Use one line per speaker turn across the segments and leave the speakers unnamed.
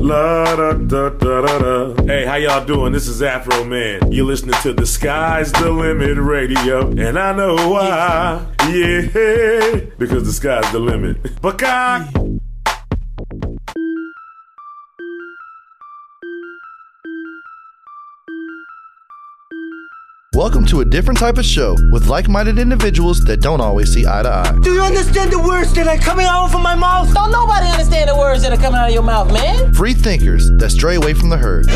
La da da da da da. Hey, how y'all doing? This is Afro Man. You're listening to the Sky's the Limit Radio, and I know why. Yeah, because the sky's the limit. Buckeye.
Welcome to a different type of show with like minded individuals that don't always see eye to eye.
Do you understand the words that are coming out of my mouth?
Don't nobody understand the words that are coming out of your mouth, man.
Free thinkers that stray away from the herd.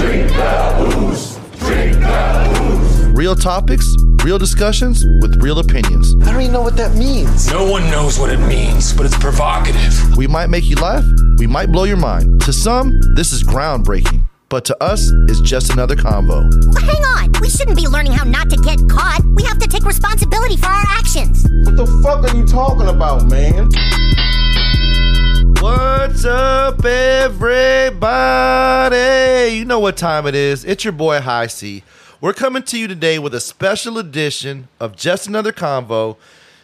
Real topics, real discussions with real opinions.
I don't even know what that means.
No one knows what it means, but it's provocative.
We might make you laugh, we might blow your mind. To some, this is groundbreaking, but to us, it's just another convo.
Well, hang on. We shouldn't be learning how not to get caught. We have to take responsibility for our actions.
What the fuck are you talking about, man?
What's up, everybody? You know what time it is. It's your boy High C. We're coming to you today with a special edition of Just Another Convo.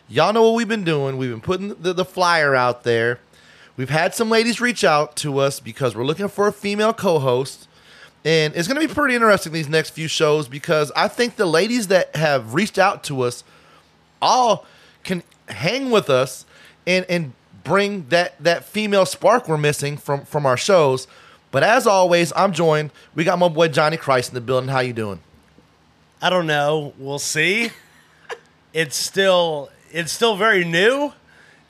Y'all know what we've been doing. We've been putting the, the flyer out there. We've had some ladies reach out to us because we're looking for a female co host. And it's going to be pretty interesting these next few shows because I think the ladies that have reached out to us all can hang with us and and bring that that female spark we're missing from from our shows. But as always, I'm joined. We got my boy Johnny Christ in the building. How you doing?
I don't know. We'll see. it's still it's still very new.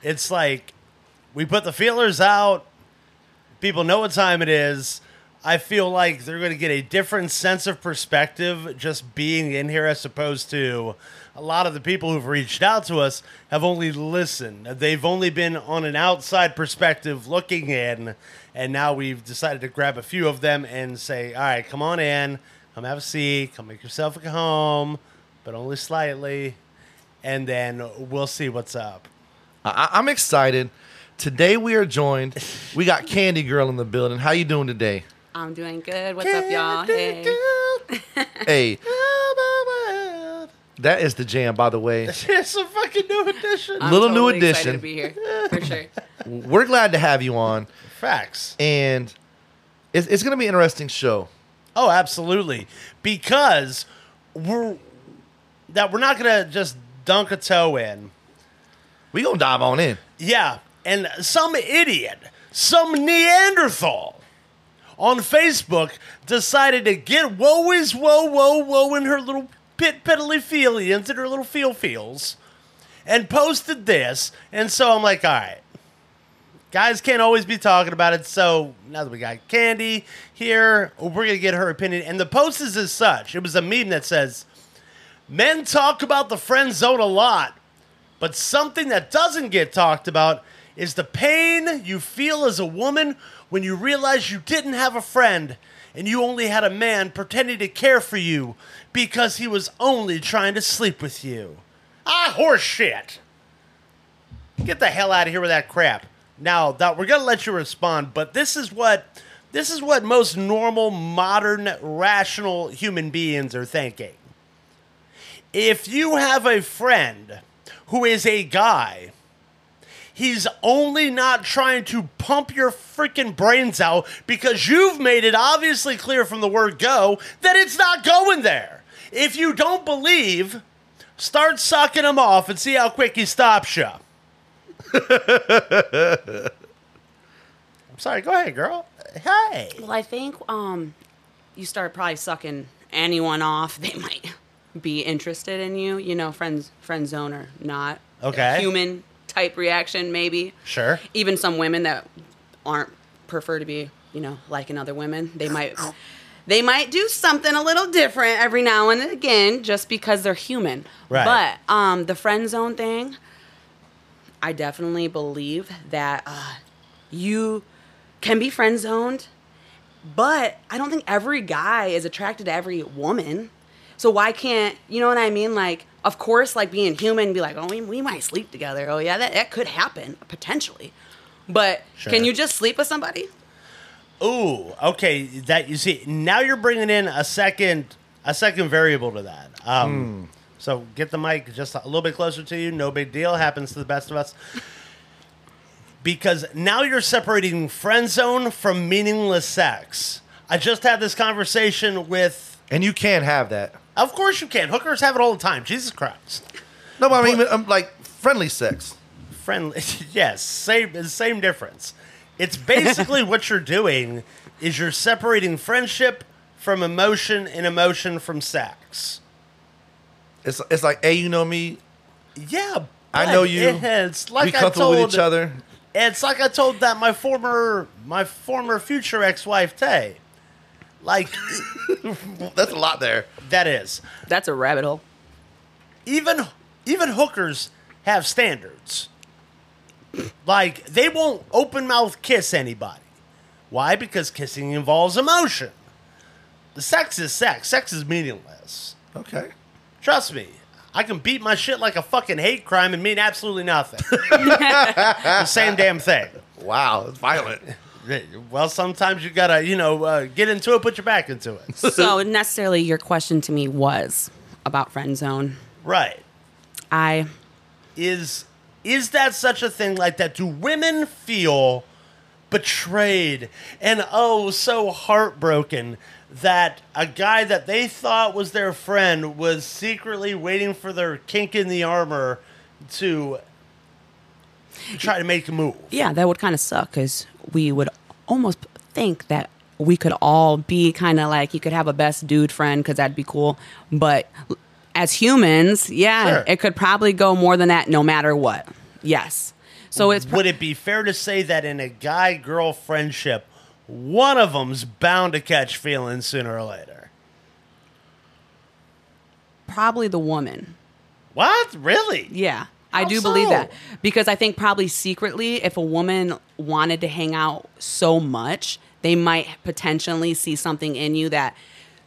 It's like we put the feelers out. People know what time it is. I feel like they're going to get a different sense of perspective just being in here as opposed to a lot of the people who've reached out to us have only listened. They've only been on an outside perspective looking in, and now we've decided to grab a few of them and say, "All right, come on in, come have a seat, come make yourself at home, but only slightly, and then we'll see what's up."
I, I'm excited. Today we are joined. We got Candy Girl in the building. How you doing today?
I'm doing good. What's up, y'all? Hey.
Hey, that is the jam, by the way.
It's a fucking new edition.
I'm
Little new
totally
edition.
Excited to be here for sure.
We're glad to have you on,
Facts.
and it's, it's going to be an interesting show.
Oh, absolutely. Because we're that we're not gonna just dunk a toe in.
We gonna dive on in.
Yeah, and some idiot, some Neanderthal on Facebook decided to get woe is woe, woe, woe in her little pit peddly feelians and her little feel feels and posted this. And so I'm like, all right, guys can't always be talking about it. So now that we got Candy here, we're going to get her opinion. And the post is as such it was a meme that says, Men talk about the friend zone a lot, but something that doesn't get talked about is the pain you feel as a woman when you realize you didn't have a friend and you only had a man pretending to care for you because he was only trying to sleep with you. Ah, horse shit. Get the hell out of here with that crap. Now, that we're gonna let you respond, but this is what this is what most normal, modern, rational human beings are thinking. If you have a friend who is a guy, he's only not trying to pump your freaking brains out because you've made it obviously clear from the word go that it's not going there. If you don't believe, start sucking him off and see how quick he stops you. I'm sorry, go ahead, girl. Hey.
Well, I think um, you start probably sucking anyone off. They might be interested in you. You know, friends, friend zone or not.
Okay.
Human type reaction, maybe.
Sure.
Even some women that aren't prefer to be, you know, liking other women. They might. They might do something a little different every now and again just because they're human.
Right.
But um, the friend zone thing, I definitely believe that uh, you can be friend zoned, but I don't think every guy is attracted to every woman. So why can't you know what I mean? Like, of course, like being human, be like, oh, we, we might sleep together. Oh yeah, that, that could happen potentially. But
Sure.
can you just sleep with somebody?
Ooh, okay. That you see now you're bringing in a second a second variable to that. Um, So get the mic just a little bit closer to you. No big deal. Happens to the best of us. because now you're separating friend zone from meaningless sex. I just had this conversation with.
And you can't have that.
Of course you can. Hookers have it all the time. Jesus Christ.
No, but I mean, I'm like friendly sex.
friendly. yes, same same difference. It's basically what you're doing is you're separating friendship from emotion and emotion from sex.
It's it's like, hey, you know me.
Yeah,
I
but
know you.
It's like
we
I
comfortable
told
with each other.
It's like I told that my former my former future ex wife Tay. Like
That's a lot there.
that is
That's a rabbit hole.
even even hookers have standards. Like they won't open mouth kiss anybody. Why? Because kissing involves emotion. The sex is sex. Sex is meaningless.
Okay.
Trust me. I can beat my shit like a fucking hate crime and mean absolutely nothing. the same damn thing.
Wow, it's violent.
Well, sometimes you gotta, you know, uh, get into it, put your back into it.
So necessarily, your question to me was about friend zone.
right.
I
is is that such a thing like that do women feel betrayed and oh so heartbroken that a guy that they thought was their friend was secretly waiting for their kink in the armor to try to make a move
yeah, that would kind of suck because we would almost think that we could all be kind of like you could have a best dude friend because that'd be cool. But l- as humans, yeah,
Sure.
it could probably go more than that no matter what. Yes. So it's pro-
would it be fair to say that in a guy girl friendship one of them's bound to catch feelings sooner or later
probably the woman.
what really
Yeah. I
How
do believe
so?
that because I think probably secretly, if a woman wanted to hang out so much, they might potentially see something in you that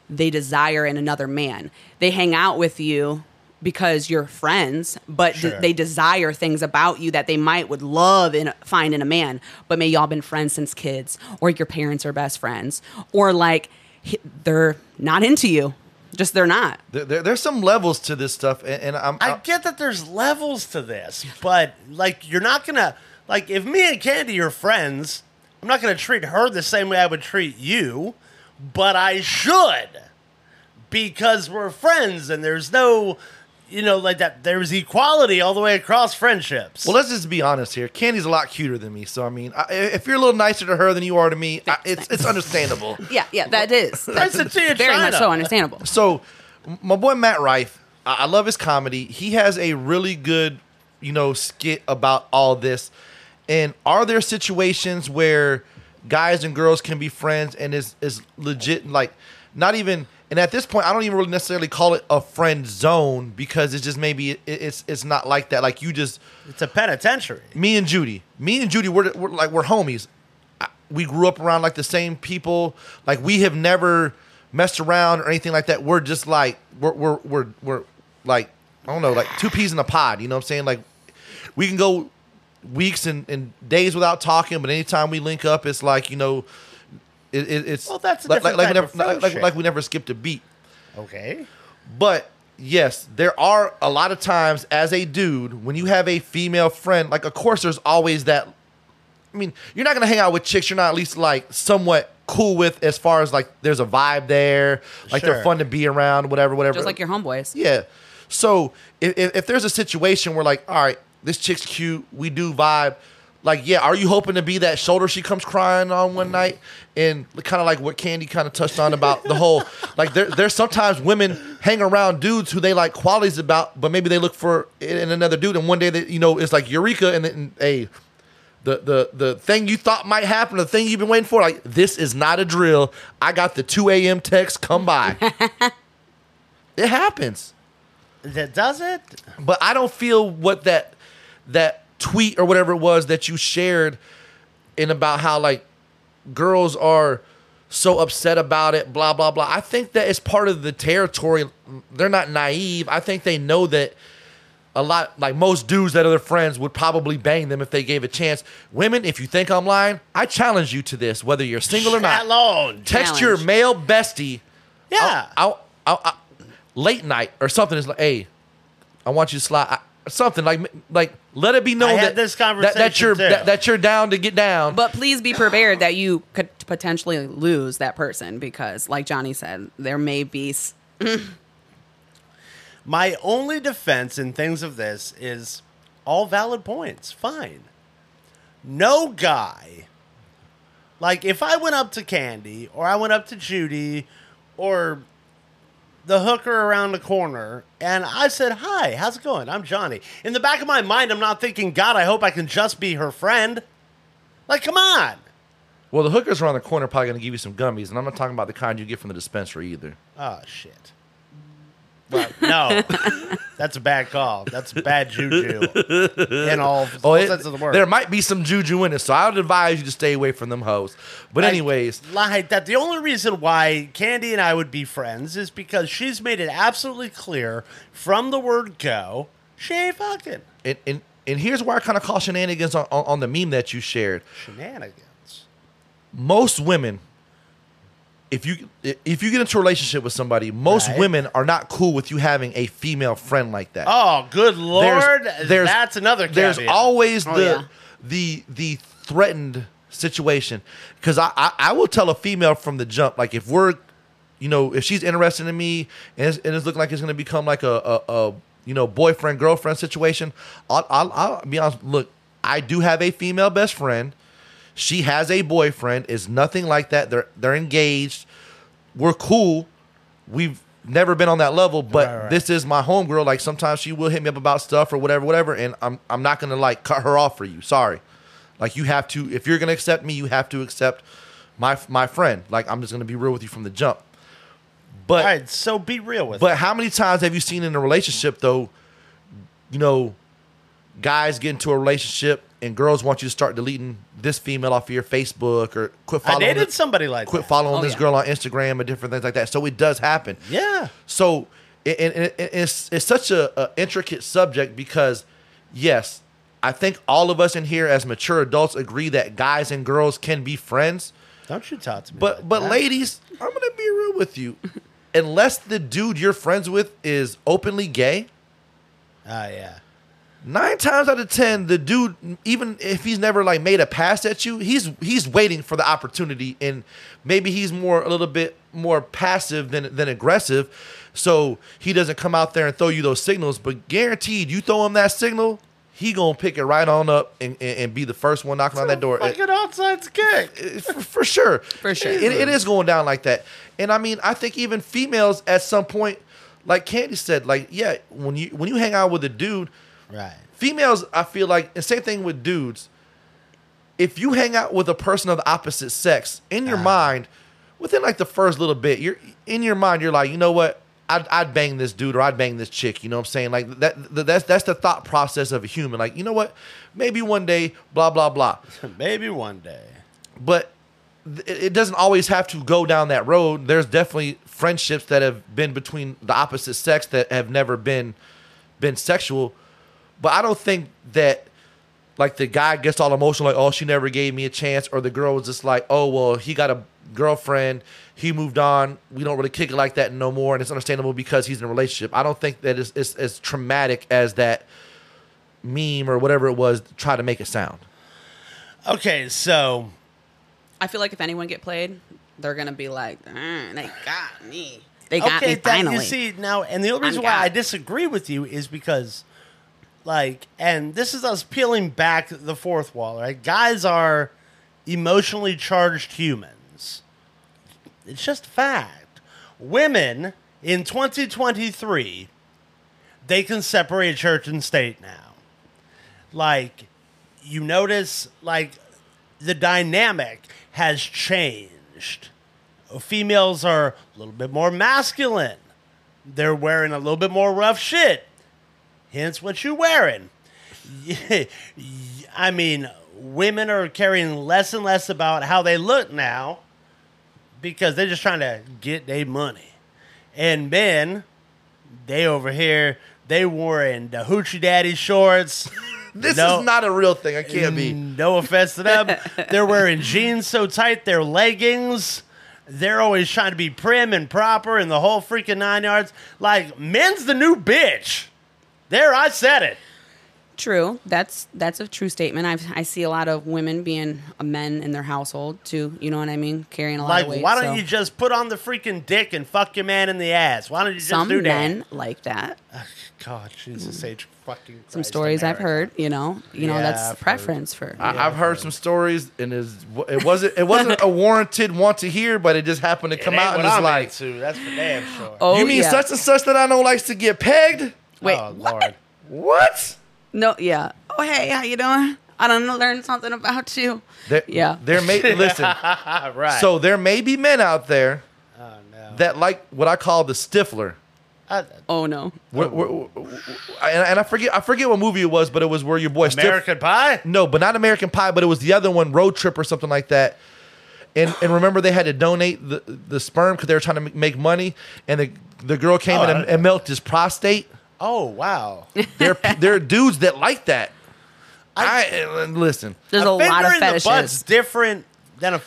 they desire in another man. They hang out with you because you're friends, but d-
Sure.
they desire things about you that they might would love in find in a man. But may y'all been friends since kids, or your parents are best friends, or like h- they're not into you, just they're not.
There, there- there's some levels to this stuff, and, and I'm
I get that there's levels to this, but like you're not gonna like if me and Candy are friends, I'm not gonna treat her the same way I would treat you, but I should because we're friends and there's no you know like that there's equality all the way across friendships.
Well, let's just be honest here. Candy's a lot cuter than me, so I mean, I, if you're a little nicer to her than you are to me, I, it's it's understandable.
Yeah, yeah, that is
That's the tea of
very much
China.
so understandable.
So, m- my boy Matt Rife, I, I love his comedy. He has a really good, you know, skit about all this. And are there situations where guys and girls can be friends and is is legit like not even and at this point I don't even really necessarily call it a friend zone because it's just maybe it, it's it's not like that like you just
it's a penitentiary.
me and Judy, me and Judy, we're, we're like we're homies. I- We grew up around like the same people. Like we have never messed around or anything like that. We're just like we're we're we're, we're like I don't know, like two peas in a pod. You know what I'm saying? Like we can go weeks and, and days without talking, but anytime we link up, it's like you know, it, it, it's
Well, that's a
like like, like, we
different type of
never, like, like,
friendship.
like we never skipped a beat.
Okay.
But yes, there are a lot of times as a dude when you have a female friend, like of course there's always that. I mean, you're not gonna hang out with chicks you're not at least like somewhat cool with as far as like there's a vibe there, like
Sure.
they're fun to be around, whatever, whatever.
Just like your homeboys.
Yeah. So if, if, if there's a situation where like, all right, this chick's cute, we do vibe. Like, yeah, are you hoping to be that shoulder she comes crying on one night? And kind of like what Candy kind of touched on about the whole, like there, there's sometimes women hang around dudes who they like qualities about, but maybe they look for in in another dude. And one day that, you know, it's like Eureka and then, hey, the, the the thing you thought might happen, the thing you've been waiting for, like this is not a drill. I got the 2 a.m. text, come by. it happens
That does it?
but I don't feel what that that tweet or whatever it was that you shared in about how like girls are so upset about it, blah blah blah. I think that it's part of the territory. They're not naive. I think they know that a lot like most dudes that are their friends would probably bang them if they gave a chance. Women, if you think I'm lying, I challenge you to this, whether you're single or not.
Alone.
Text
Challenge.
your male bestie
Yeah.
I'll, I'll, I'll, late night or something is like, hey, I want you to slide. I, something like like let it be known
had
that
this
that, that
conversation,
you're
too.
that, that you're down to get down.
But please be prepared that you could potentially lose that person because, like Johnny said, there may be. s-
My only defense in things of this is all valid points. Fine. No guy. Like if I went up to Candy or I went up to Judy or the hooker around the corner and I said, "Hi, how's it going? I'm Johnny." In the back of my mind, I'm not thinking, "God, I hope I can just be her friend." Like, come on.
well, the hookers around the corner are probably going to give you some gummies, and I'm not talking about the kind you get from the dispensary either.
Oh shit. But no, that's a bad call. That's bad juju in all, all
Oh, it-
sense of the word.
There might be some juju in it, so I would advise you to stay away from them hoes. But
I
anyways,
lied that the only reason why Candy and I would be friends is because she's made it absolutely clear from the word go she ain't fucking
and and, and here's where I kind of call shenanigans on, on, on the meme that you shared.
shenanigans.
Most women, if you if you get into a relationship with somebody, most
Right.
women are not cool with you having a female friend like that.
Oh, good lord! that's another. Caveat.
There's always the
Oh, yeah.
the the threatened situation because I, I I will tell a female from the jump like if we're you know if she's interested in me and it's, and it's looking like it's going to become like a, a a you know boyfriend girlfriend situation. I'll, I'll I'll be honest. Look, I do have a female best friend. She has a boyfriend. It's nothing like that. They're they're engaged. We're cool. We've never been on that level, but this is my homegirl. Like sometimes she will hit me up about stuff or whatever, whatever, and I'm I'm not gonna like cut her off for you. Sorry. Like you have to if you're gonna accept me, you have to accept my my friend. Like I'm just gonna be real with you from the jump. But
all right. So be real with. it.
but how many times have you seen in a relationship though, you know, guys get into a relationship and girls want you to start deleting this female off of your Facebook or quit
I
following
dated
the-
somebody like
quit
that.
following
Oh,
this
yeah.
girl on Instagram and different things like that. So it does happen.
Yeah.
So it, and and it's it's such a, a intricate subject because yes, I think all of us in here as mature adults agree that guys and girls can be friends.
Don't you talk to me.
But
like
but
that.
ladies, I'm gonna be real with you. Unless the dude you're friends with is openly gay,
Ah, yeah.
nine times out of ten, the dude, even if he's never like made a pass at you, he's he's waiting for the opportunity, and maybe he's more a little bit more passive than than aggressive, so he doesn't come out there and throw you those signals. But guaranteed, you throw him that signal, he gonna pick it right on up and and, and be the first one knocking on that door.
Fucking outside's gay.
for, for sure.
For sure.
It, it is going down like that. And I mean, I think even females at some point, like Candy said, like, yeah, when you when you hang out with a dude,
Right.
females, I feel like, and same thing with dudes, if you hang out with a person of the opposite sex, in your mind, within like the first little bit, you're in your mind, you're like, you know what? I'd, I'd bang this dude or I'd bang this chick. You know what I'm saying? Like that. th- That's that's the thought process of a human. Like you know what? Maybe one day, blah blah blah
Maybe one day.
but th- it it doesn't always have to go down that road. There's definitely friendships that have been between the opposite sex that have never been been sexual. But I don't think that like the guy gets all emotional, like, oh, she never gave me a chance, or the girl was just like, oh, well, he got a girlfriend, he moved on, we don't really kick it like that no more, and it's understandable because he's in a relationship. I don't think that it's, it's as traumatic as that meme or whatever it was try to make it sound.
Okay, so
I feel like if anyone get played, they're gonna be like, "Mm, they got me. They got me
that-
finally.
you see now, and the only
I'm
reason why
God.
I disagree with you is because, like, and this is us peeling back the fourth wall, right? Guys are emotionally charged humans. It's just a fact. Women in 2023, they can separate church and state now. Like, you notice, like, the dynamic has changed females are a little bit more masculine. They're wearing a little bit more rough shit. Hence what you're wearing. I mean, women are caring less and less about how they look now because they're just trying to get their money. And men, they over here, they wearing the hoochie daddy shorts.
This
No.
is not a real thing. I can't be.
Mm, No offense to them. they're wearing jeans so tight, they're leggings. They're always trying to be prim and proper and the whole freaking nine yards. Like, men's the new bitch. There, I said it.
True. That's that's a true statement. I've, I see a lot of women being men in their household too. You know what I mean? Carrying a lot
Like,
of weight.
why don't
so
you just put on the freaking dick and fuck your man in the ass? Why don't you just
some
do that?
men like that.
God, Jesus H. Fucking
Some
Christ,
stories I've
America.
heard. You know. You know
Yeah,
that's
I've heard.
preference for.
I, I've heard some stories, and is it wasn't it wasn't a warranted want to hear, but it just happened to
It
come
ain't
out
what
and it's
I'm
like,
into, that's for damn sure.
oh,
you mean
yeah.
such and such that I know likes to get pegged?
Wait.
Oh,
what?
Lord.
What?
No. Yeah. Oh hey, how you doing? I don't know. Learn something about you.
There,
Yeah.
There may listen.
All right.
So there may be men out there
oh, no.
that like what I call the stiffler.
Uh,
Oh no.
Where- where-
Oh.
where- and, and I forget I forget what movie it was, but it was where your boy stiff-
American Pie?
No, but not American Pie, but it was the other one, Road Trip or something like that. And and remember they had to donate the, the sperm because they were trying to m- make money, and the the girl came
Oh,
in and,
I-
and milked his prostate.
Oh, wow.
There there are dudes that like that. I, and listen.
There's a, lot
finger
of
in the butt's
fetishes.
different than a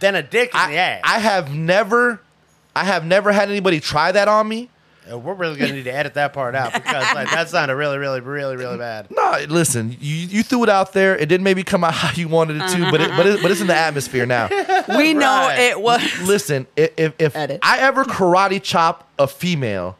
than a dick in the
I,
ass.
I have never I have never had anybody try that on me.
Uh, We're really gonna need to edit that part out because like that sounded really, really, really, really bad.
No, listen, you, you threw it out there. It didn't maybe come out how you wanted it to, but it, but it, but it's in the atmosphere now.
We know
Right.
it was.
Listen, i- if if
Edit.
I ever karate chop a female,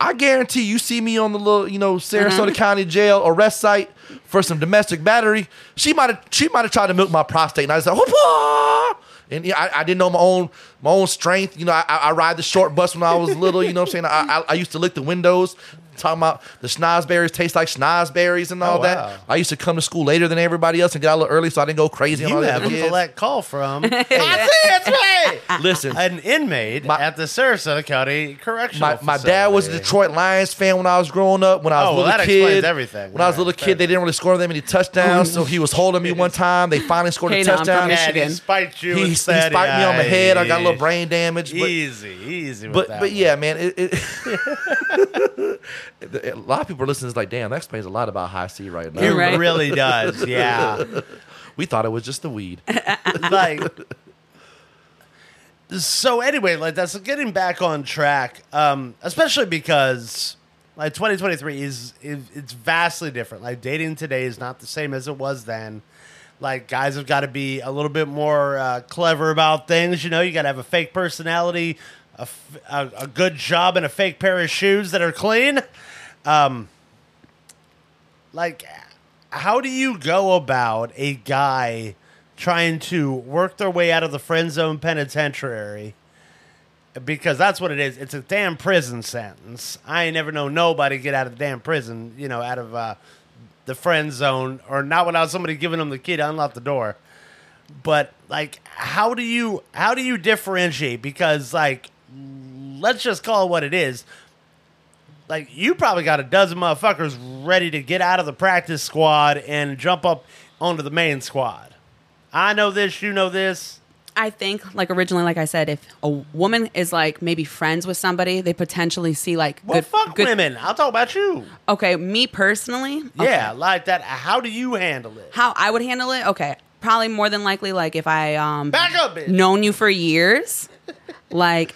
I guarantee you see me on the little you know Sarasota County Jail arrest site for some domestic battery. She might have she might have tried to milk my prostate, and I just like whoop and yeah, I, I didn't know my own my own strength. You know, I, I I ride the short bus when I was little. You know what I'm saying? I, I, I used to lick the windows. Talking about the schnozberries taste like schnozberries and all
Oh, wow.
that. I used to come to school later than everybody else and get out a little early, so I didn't go crazy. and
You
all that
have
as
a
a kid.
collect call from I see, it's me!
Listen,
an inmate
My-
at the Sarasota County Correctional.
my, my dad was a
Facility.
Detroit Lions fan when I was growing up. When I was
Oh,
a
well,
little
that
kid,
explains everything.
When I was a
Yeah,
little
fair
kid, they
enough.
didn't really score that many touchdowns. so he was holding me one time. They finally scored
Hey,
a
now, I'm from
touchdown.
Michigan.
Yeah, he
Michigan.
spiked you.
He,
and
he
said,
spiked me on the head. I got a little brain damage. But,
Easy, easy. With
but
that
but
one.
yeah, man, it, it, a lot of people are listening. It's like, damn, that explains a lot about high C right now.
it
You're right.
really does. Yeah.
We thought it was just the weed.
like so anyway like that's getting back on track um especially because like 2023 is, is it's vastly different like dating today is not the same as it was then like guys have got to be a little bit more uh, clever about things you know you got to have a fake personality a, f- a, a good job and a fake pair of shoes that are clean um like how do you go about a guy trying to work their way out of the friend zone penitentiary because that's what it is it's a damn prison sentence i ain't never known nobody get out of the damn prison you know out of uh, the friend zone or not without somebody giving them the key to unlock the door but like how do you how do you differentiate because like let's just call it what it is like you probably got a dozen motherfuckers ready to get out of the practice squad and jump up onto the main squad. I know this, you know this.
I think, like originally, like I said, if a woman is like maybe friends with somebody, they potentially see like
Well,
good,
fuck
good-
women. I'll talk about you.
Okay, me personally, okay.
Yeah, like that. How do you handle it?
how I would handle it. Okay, probably more than likely, like if I um
Back up, bitch.
known you for years, like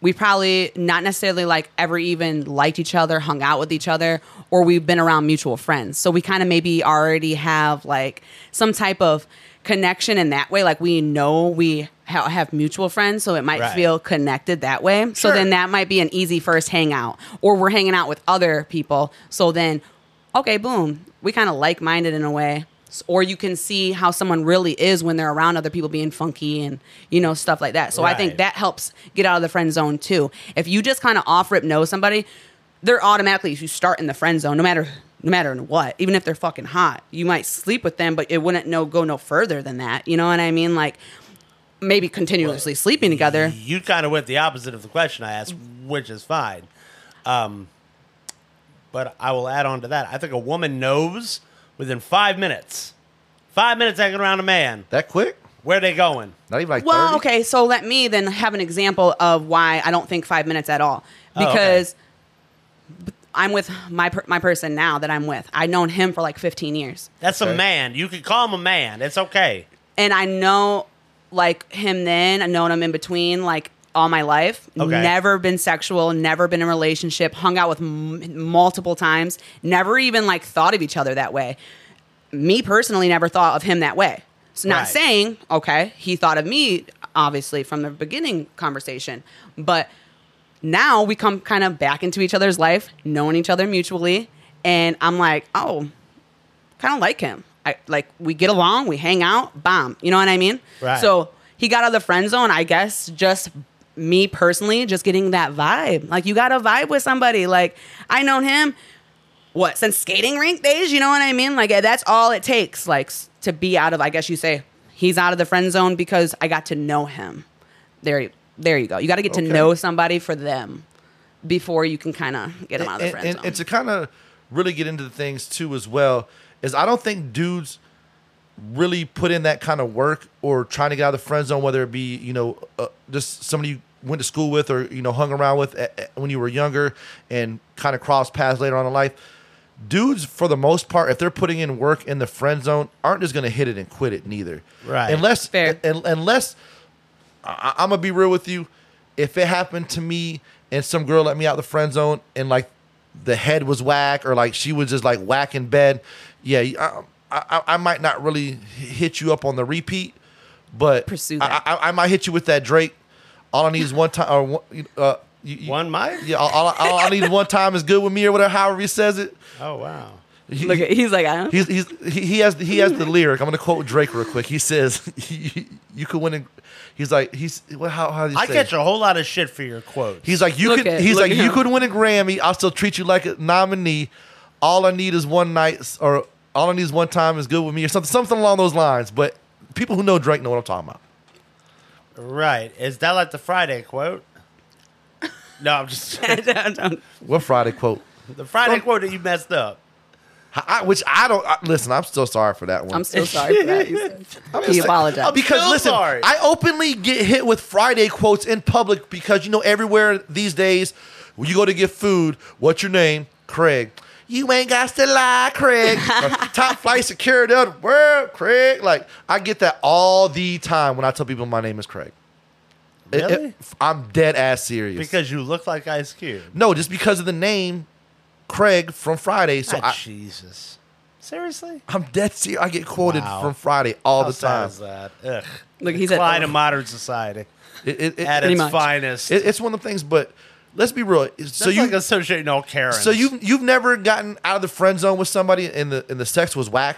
we probably not necessarily like ever even liked each other, hung out with each other, or we've been around mutual friends. So we kind of maybe already have like some type of connection in that way. Like we know we ha- have mutual friends, so it might
Right.
feel connected that way. So
Sure.
then that might be an easy first hangout, or we're hanging out with other people. So then, okay, boom, we kind of like minded in a way. S- Or you can see how someone really is when they're around other people being funky and you know stuff like that. So I think
Right.
that helps get out of the friend zone too. If you just kind of off rip know somebody, they're automatically you start in the friend zone no matter no matter in what. Even if they're fucking hot, you might sleep with them, but it wouldn't no go no further than that. You know what I mean? Like maybe continuously sleeping together.
You kind of went the opposite of the question I asked, which is fine. Um, but I will add on to that. I think a woman knows within five minutes, five minutes hanging around a man,
that quick?
where they going.
Not even like
Well,
30?
okay, so let me then have an example of why I don't think five minutes at all
okay.
because b- I'm with my per- my person now that I'm with. I've known him for like 15 years,
That's a man. You can call him a man. It's okay.
and I know like him then. I known him in between. Like all my life.
Okay.
Never been sexual, never been in a relationship, hung out with m- multiple times, never even like thought of each other that way. Me personally never thought of him that way. So not
Right.
saying, okay, he thought of me obviously from the beginning conversation, but now we come kind of back into each other's life, knowing each other mutually, and I'm like, "Oh, kind of like him. I like we get along, we hang out, bomb. You know what I mean?
Right.
So he got out of the friend zone, I guess, just me personally, just getting that vibe. Like you got to vibe with somebody. Like I known him what since skating rink days. You know what I mean? Like eh, that's all it takes. Like s- to be out of, I guess you say he's out of the friend zone because I got to know him. There, you- there you go. You got to get to know somebody for them before you can kind of get him out of the
and,
friend
and,
zone.
and to kind of really get into the things too as well is I don't think dudes really put in that kind of work or trying to get out of the friend zone, whether it be you know uh, just somebody you went to school with or you know hung around with a- a- when you were younger and kind of crossed paths later on in life. Dudes, for the most part, if they're putting in work in the friend zone, aren't just going to hit it and quit it neither.
Right.
Unless,
Fair.
un- unless I, I'm gonna be real with you. If it happened to me and some girl let me out the friend zone and like the head was whack or like she was just like whack in bed, yeah, I, I, I might not really hit you up on the repeat, but
Pursue
I,
that.
I, I might hit you with that Drake. All I need is one time or one. Uh, you, you-
One mic?
Yeah, all, all, all I need is one time is good with me or whatever. However he says it.
Oh wow.
He-
Look, at- he's like, I don't
He's, he's, he he has he has the lyric. I'm gonna quote Drake real quick. He says, "You, you could win." A, he's like he's well, how how do you
I
say
catch
it?
a whole lot of shit for your quotes.
He's like you
Look
could.
at-
he's
look
like
at
you
him.
could win a Grammy. I'll still treat you like a nominee. All I need is one night, or all I need is one time is good with me, or something something along those lines. But people who know Drake know what I'm talking about.
right. Is that like the Friday quote? No, I'm just
What Friday quote?
the Friday quote that you messed up.
I, I- which I don't I, listen. I'm still sorry for that one.
I'm so sorry for that. He said- He
Oh,
apologized.
because
still
listen,
sorry.
I openly get hit with Friday quotes in public because you know everywhere these days, when you go to get food, what's your name, Craig? You ain't got to lie, Craig. Or, Top flight security of the world, Craig. Like I get that all the time when I tell people my name is Craig. It- it-
Really?
I'm dead ass serious.
Because you look like Ice Cube.
no, just because of the name, Craig from Friday. So
Ah,
I,
Jesus. Seriously?
I'm dead serious. I get quoted
Wow.
from Friday all
How
the time.
sad is that? Ugh.
Look, "Oh, he's at-
Decline of modern society
It- it- it-
at
Pretty
its
much.
finest.
It, it's one of the things, but let's be real. So
so you
you,
like associating all Karens.
so you, you've never gotten out of the friend zone with somebody, and the and the sex was whack.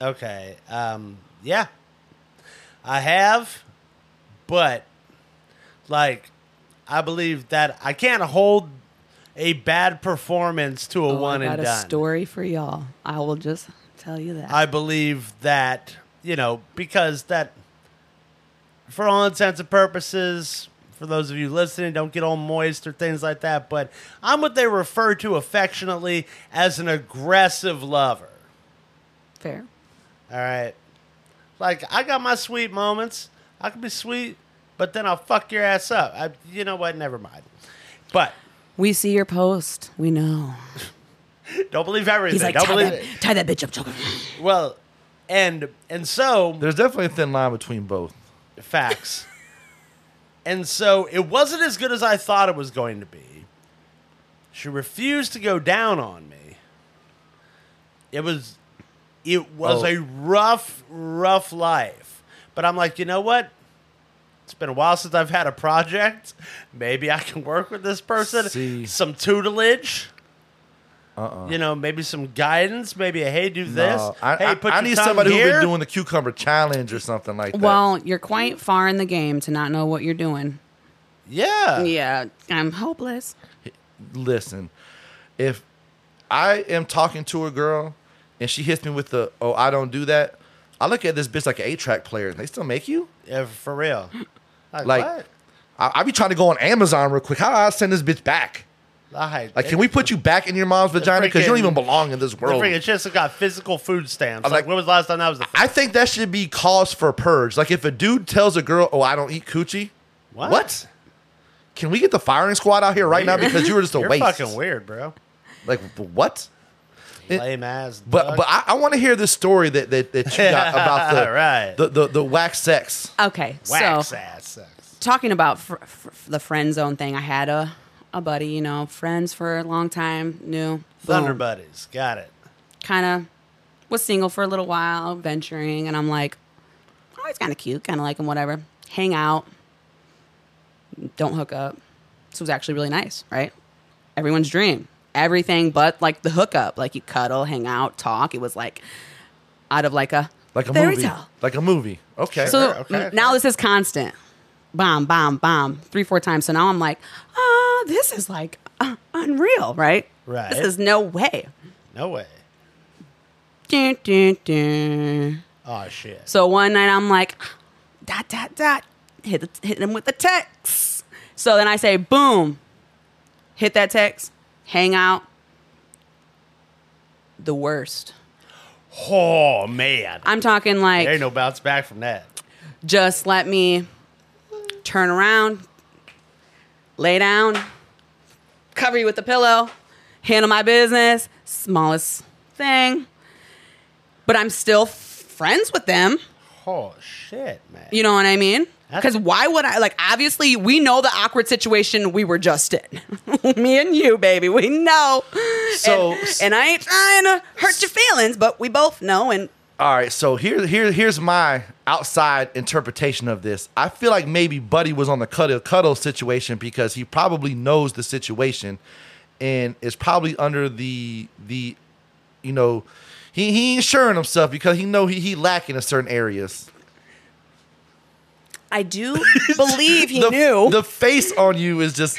Okay. Um, yeah. I have, but like I believe that I can't hold a bad performance to a
Oh,
one
I got
and
a
done.
story for y'all. I will just tell you that.
I believe that, you know, because that for all intents and purposes, for those of you listening, don't get all moist or things like that, but I'm what they refer to affectionately as an aggressive lover.
Fair.
All right. Like I got my sweet moments. I can be sweet, but then I'll fuck your ass up. I, you know what? Never mind. But
We see your post. We know.
don't believe everything.
He's like,
don't
tie
believe
that, tie that bitch up, choke her."
Well, and and so
There's definitely a thin line between both.
facts. and so it wasn't as good as I thought it was going to be. She refused to go down on me. It was it was
Oh.
a rough, rough life. But I'm like, you know what? It's been a while since I've had a project. Maybe I can work with this person.
See.
Some tutelage. Uh-uh. You know, maybe some guidance. Maybe a hey, do this.
No, I,
hey,
I-
put
I
your
need
tongue
somebody who's
here.
been doing the cucumber challenge or something like that.
Well, you're quite far in the game to not know what you're doing.
Yeah.
Yeah, I'm hopeless.
listen, if I am talking to a girl and she hits me with the "Oh, I don't do that," I look at this bitch like an eight track player. They still make you
Yeah, for real. Like,
like.
what?
I, I be trying to go on Amazon real quick. How do I send this bitch back?
Like,
Like, can we put you back in your mom's vagina? Because you don't
freaking-
even belong in this
The
world.
freaking shit's got physical food stamps.
I'm
Like,
like-
when was the last time that was the
I think that should be cause for purge. Like, if a dude tells a girl, "Oh, I don't eat coochie,"
What?
Can we get the firing squad out here right now because you were just a
You're
waste?
fucking weird, bro.
Like, what? It-
Lame ass.
But
dog.
but I, I want to hear this story that that, that you got about the,
Right.
the the the wax sex.
Okay,
wax
so
ass sex.
talking about fr- fr- the friend zone thing, I had a a buddy, you know, friends for a long time, knew
Thunder Buddies. Got it.
kind of was single for a little while, venturing, and I'm like, oh, he's kind of cute, kind of like him, whatever. Hang out, don't hook up. This was actually really nice, right? Everyone's dream. Everything but like the hookup, like you cuddle, hang out, talk. It was like out of like a
Like a
fairy
movie.
tale.
Like a movie. Okay.
So
okay.
n- now this is constant. Bomb, bomb, bomb, three, four times. So now I'm like, ah, this is like uh, unreal, right?
Right.
This is no way.
No way.
Dun, dun, dun.
Oh shit.
So one night I'm like, ah, dot, dot, dot, hit, the, hit him with the text. So then I say, boom, hit that text, hang out. The worst.
Oh man.
I'm talking like,
There ain't no bounce back from that.
just let me turn around, lay down, cover you with the pillow, handle my business, smallest thing. But I'm still f- friends with them.
Oh shit, man.
You know what I mean?
That's-
Because why would I like? Obviously, we know the awkward situation we were just in. Me and you, baby, we know.
So-
and, and I ain't trying to hurt your feelings, but we both know. And
All right, so here, here, here's my outside interpretation of this. I feel like maybe Buddy was on the cuddle, cuddle situation because he probably knows the situation, and is probably under the the, you know, he he ain't sure in himself because he know he he lacking in certain areas.
I do believe he
the,
knew.
the face on you is just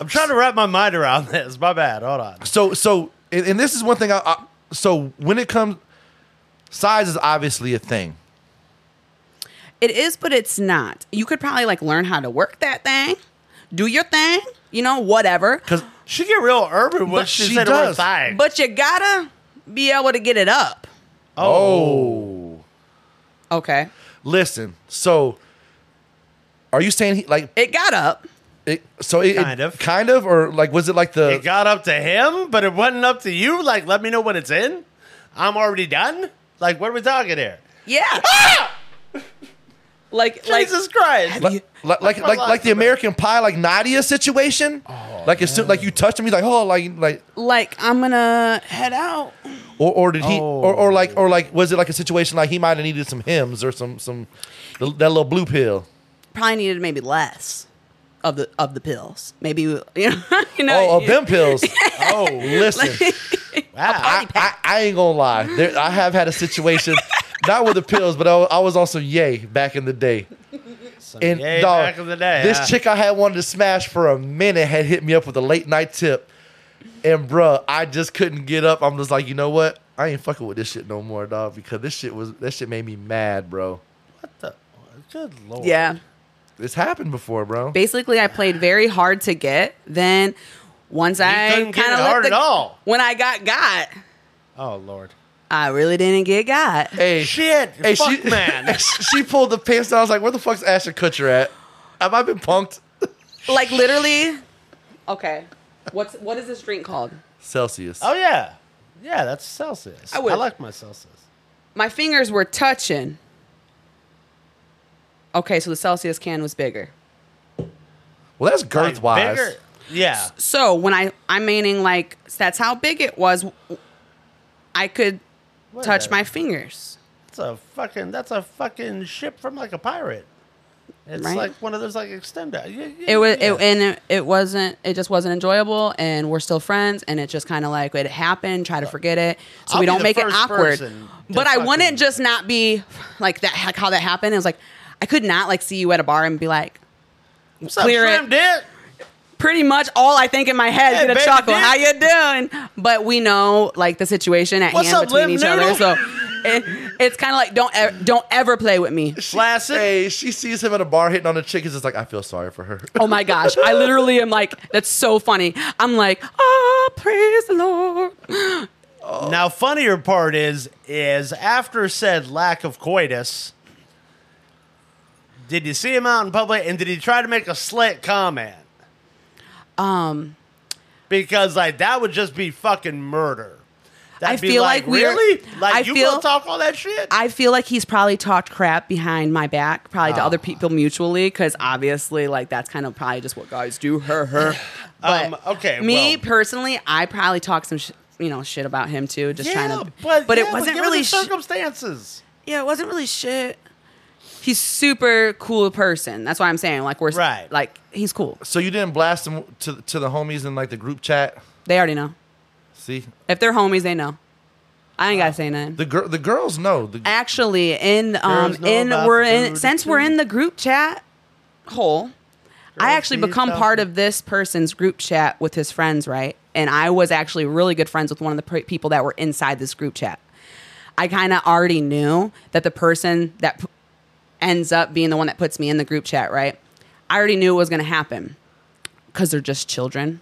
I'm trying to wrap my mind around this. My bad. Hold on.
so so and, and this is one thing I, I so when it comes size is obviously a thing.
It is, but it's not. You could probably like learn how to work that thing, do your thing, you know, whatever.
She get real urban when
But
she,
she
said her
does.
thing.
But you gotta be able to get it up.
Oh.
Okay.
Listen, so are you saying he like
It got up.
it, so? It, it-
Kind of.
kind of, or like was it like the?
it got up to him, but it wasn't up to you. Like, let me know when it's in. I'm already done. Like, what are we talking here?
Yeah.
Ah!
like
Jesus Christ.
like, like, like,
my
like,
life
like the
about?
American Pie, like Nadia situation,
Oh,
like as soon, like you touched him, he's like, oh, like, like,
like like I'm gonna head out.
or, or did he, or, or like, or like, was it like a situation like he might have needed some hymns or some, some, the, that little blue pill?
Probably needed maybe less of the of the pills. Maybe you know, you know
Oh, of them pills.
Oh,
Listen,
wow.
I, I, I ain't gonna lie, there, I have had a situation, not with the pills, but I, I was also yay back in the day. And
Yay,
dog,
back in the day.
this
huh?
chick I had wanted to smash for a minute had hit me up with a late night tip, and bruh, I just couldn't get up. I'm just like, you know what? I ain't fucking with this shit no more, dog, because this shit was that shit made me mad, bro.
What the? Good lord.
Yeah.
It's happened before, bro.
basically I played very hard to get. Then once I
couldn't get
kind of
it hard at all.
When I got got,
Oh lord.
I really didn't get got.
Hey,
Shit.
hey,
fuck
she,
man.
she pulled the pants down. I was like, where the fuck's Ashton Kutcher at? Have I been punked?
Like literally. Okay. What's what is this drink called?
Celsius.
oh yeah. Yeah, that's Celsius.
I would-
like my Celsius.
My fingers were touching. Okay, so the Celsius can was bigger.
Well, that's girth
Like,
wise.
bigger- Yeah.
So when I I'm meaning like that's how big it was. I could touch
Whatever.
my fingers.
That's a fucking. That's a fucking ship from like a pirate. It's
Right.
like one of those like extender. Yeah, yeah,
it was
yeah.
it, and it, it wasn't it just wasn't enjoyable and we're still friends and it just kind of like it happened try to forget it so
I'll
we
be
don't
the
make it
first
awkward
person to
but i
fucking-
wouldn't just not be like that like how that happened it was like i could not like see you at a bar and be like
What's up,
clear it.
Slim Dick?
pretty much all i think in my head
Hey,
is get
baby
a chuckle
dick.
how you doing but we know like the situation at
What's
hand
up,
between
Lim
each
Noodle?
other so it, it's kind of like don't ever don't ever play with me
Flaccid.
Hey, she sees him at a bar hitting on the chick. It's just like, I feel sorry for her.
Oh my gosh. I literally am like, that's so funny. I'm like, oh, praise the Lord.
Now, funnier part is is after said lack of coitus. Did you see him out in public, and did he try to make a slick comment? Um,
Um,
because like that would just be fucking murder. That'd
I
be
feel like, we're.
really? Like
I
you
feel.
gonna talk all that shit?
I feel like he's probably talked crap behind my back, probably to
Ah.
other people mutually, because obviously, like that's kind of probably just what guys do. Her, her. But
Um, okay,
me
well-
personally, I probably talked some, sh- you know, shit about him too, just trying to.
yeah,
it wasn't
given
really.
the
Sh-
circumstances.
yeah, it wasn't really shit. He's super cool person. That's why I'm saying, like we're s-
Right.
Like he's cool.
So you didn't blast them to to the homies in like the group chat.
They already know.
See,
If they're homies, they know. I ain't gotta say nothing.
the girl, the girls know. The,
Actually, in um
Girls know
in
about
we're
the
in
dude,
since we're
too.
in the group chat hole, I actually
need
become
help.
part of this person's group chat with his friends, right? And I was actually really good friends with one of the pr- people that were inside this group chat. I kind of already knew that the person that p- ends up being the one that puts me in the group chat, right? I already knew it was going to happen because they're just children.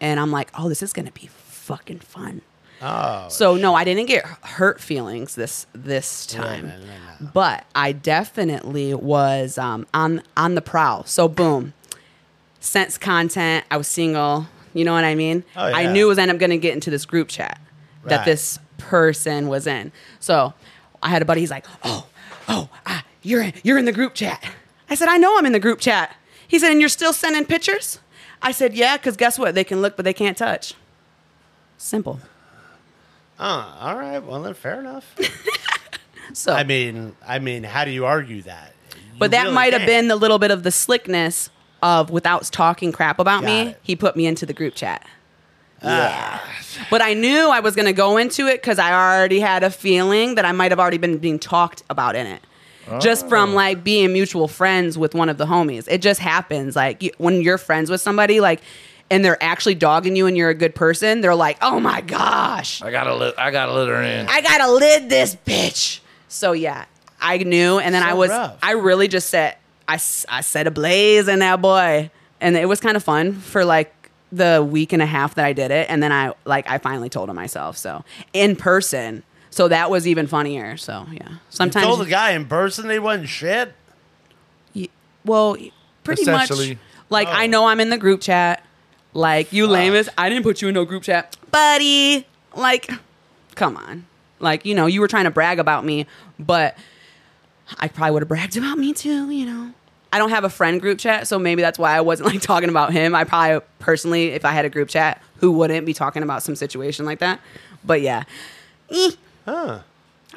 And I'm like, oh, this is going to be fucking fun. Oh, so no, I didn't get hurt feelings this this time, but I definitely was um, on on the prowl. So boom, sense content. I was single. You know what I mean?
Oh, yeah.
I knew it was end up going to get into this group chat
Right.
that this person was in. So I had a buddy. He's like, "Oh, oh, ah, you're in, you're in the group chat." I said, "I know I'm in the group chat." He said, "And you're still sending pictures?" I said, "Yeah, because guess what? They can look, but they can't touch." Simple.
Uh, all right. Well, then fair enough.
So,
I mean, I mean, how do you argue that?
but that might have been the little bit of the slickness of without talking crap about
Got
me,
it.
he put me into the group chat. Yeah. But I knew I was going to go into it because I already had a feeling that I might have already been being talked about in it. Just
Oh.
from like being mutual friends with one of the homies. It just happens. Like you, when you're friends with somebody, like, and they're actually dogging you and you're a good person, they're like, oh my gosh.
I gotta let I gotta let her in.
I gotta lid this bitch. So yeah, I knew, and then
So
I was,
rough.
I really just set, I, s- I set a blaze in that boy, and it was kind of fun for like the week and a half that I did it, and then I like I finally told him myself, so in person, so that was even funnier. So yeah, sometimes,
told the guy in person they wasn't shit.
y- well, y- pretty much,
Essentially.
like
Oh.
I know I'm in the group chat, like you lame as I didn't put you in no group chat, buddy. Like, come on, like you know you were trying to brag about me, but I probably would have bragged about me too, you know. I don't have a friend group chat, so maybe that's why I wasn't like talking about him. I probably personally, if I had a group chat, who wouldn't be talking about some situation like that? But yeah, Eh. I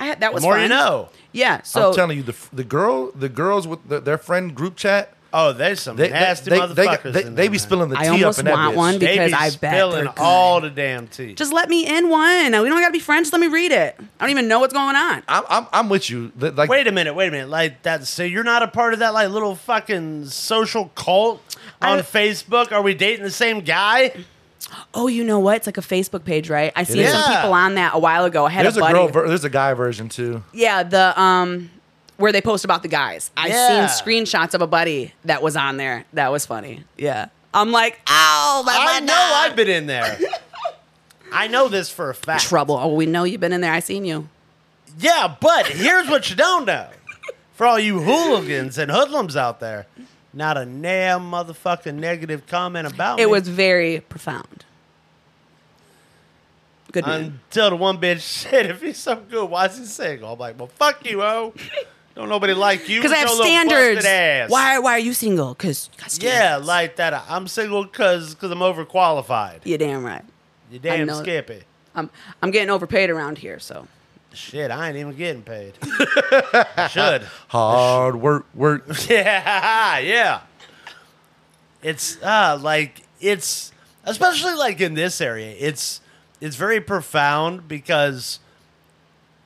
had that was
more
fun.
you know.
Yeah, so
I'm telling you, the the girl, the girls with the, their friend group chat,
Oh, there's some
they
nasty
they, they,
motherfuckers.
they,
in
they
there,
be
man.
spilling the
I
tea up
almost
in that
want
bitch.
one
They
because
be
I bet they're
spilling
good.
all the damn tea.
just let me in one. We don't gotta be friends. Just let me read it. I don't even know what's going on.
I'm, I'm I'm with you. Th- Like
wait a minute, wait a minute. Like that. So you're not a part of that like little fucking social cult on
I-
Facebook? Are we dating the same guy?
Oh, you know what? It's like a Facebook page, right? I seen
is.
some
Yeah.
people on that a while ago. I had
there's
a
a
buddy.
girl, ver- there's a guy version too.
Yeah, the um where they post about the guys. I
Yeah.
seen screenshots of a buddy that was on there. That was funny. Yeah. I'm like, oh, my
I
my
know
dog."
I've been in there. I know this for a fact.
trouble. Oh, we know you've been in there. I seen you.
Yeah, but here's what you don't know. For all you hooligans and hoodlums out there, not a damn motherfucking negative comment about
It
me.
was very profound. Good man.
until the one bitch said, "If he's so good, why is he single?" I'm like, "Well, fuck you, oh, don't nobody like you
Because I
with
have
your little busted
standards.
ass."
Why why are you single? Because
Yeah, like that. I'm single because because I'm overqualified.
You're damn right.
You
I
damn
know.
skippy.
I'm I'm getting overpaid around here, so
Shit, I ain't even getting paid. I should.
Hard work, work.
Yeah, yeah. It's uh like it's especially like in this area, it's it's very profound because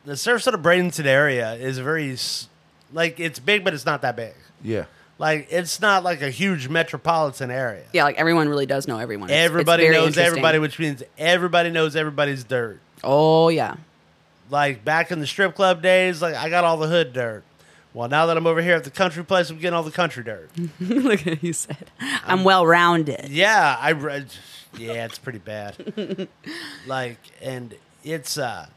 the Sarasota Bradenton area is very s- like it's big, but it's not that big.
Yeah,
Like it's not like a huge metropolitan area.
yeah, like everyone really does know everyone. It's- it's
Everybody
very
knows
interesting.
everybody, which means everybody knows everybody's dirt.
Oh yeah,
Like back in the strip club days, like I got all the hood dirt. Well, now that I'm over here at the country place, I'm getting all the country dirt.
look at he said.
Um,
I'm well rounded.
Yeah, I read. Yeah, it's pretty bad. like, and it's uh,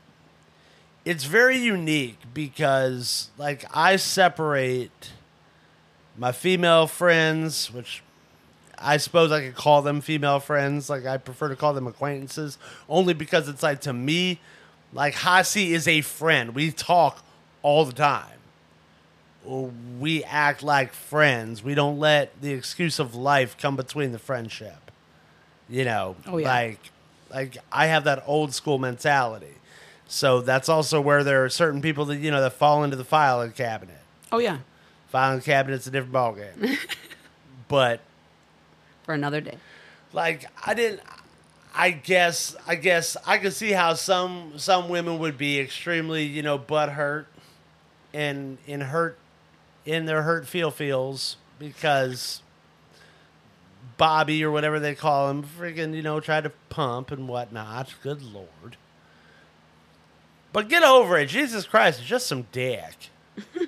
it's very unique because like I separate my female friends, which I suppose I could call them female friends. Like I prefer to call them acquaintances, only because it's like to me, Like Hasi is a friend. We talk all the time. We act like friends. We don't let the excuse of life come between the friendship. You know,
Oh, yeah.
like like I have that old school mentality. So that's also where there are certain people that you know that fall into the filing cabinet.
Oh yeah,
Filing cabinet's a different ballgame. but
for another day.
like I didn't. I guess I guess I could see how some some women would be extremely you know butt hurt and in hurt in their hurt feel feels because Bobby or whatever they call him freaking you know tried to pump and whatnot. Good lord. But get over it, Jesus Christ! It's just some dick.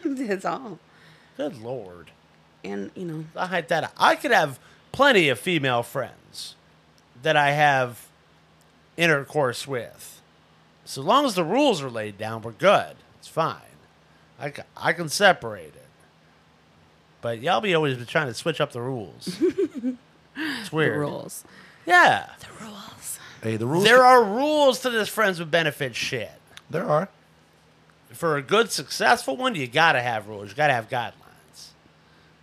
That's all.
Good lord.
And you know,
I hype that up. I could have plenty of female friends that I have intercourse with. So long as the rules are laid down, we're good. It's fine. I, c- I can separate it. But y'all be always be trying to switch up the rules. it's
the
weird.
rules.
Yeah.
Rules.
Hey, the rules.
There are rules to this friends with benefit shit.
There are.
for a good successful one, you gotta have rules. You gotta have guidelines.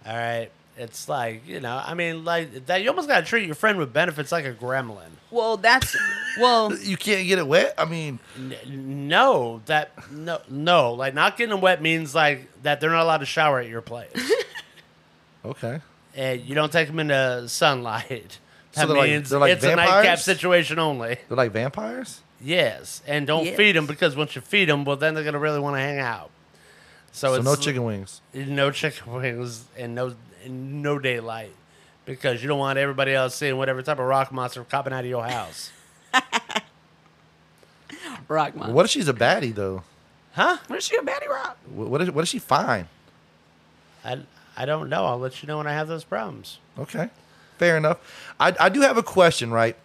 All right. It's like you know, I mean, like that. You almost gotta treat your friend with benefits like a gremlin.
Well, that's well.
You can't get it wet. I mean,
N- No, that no, no. Like not getting them wet means like that they're not allowed to shower at your place,
okay.
and you don't take them into sunlight.
So
That
they're like-
means
they're like
it's a nightcap
vampires?
situation only.
They're like vampires.
Yes, and don't 'em
Yes.
feed them because once you feed them, well, then they're gonna really want to hang out. So,
So
it's
no chicken wings.
no chicken wings and no and no daylight because you don't want everybody else seeing whatever type of rock monster popping out of your house.
Rock mom.
What if she's a baddie though?
huh?
What is she a baddie rock?
Wh- What if, what if she fine?
I, I don't know. I'll let you know when I have those problems.
Okay, fair enough. I, I do have a question, right?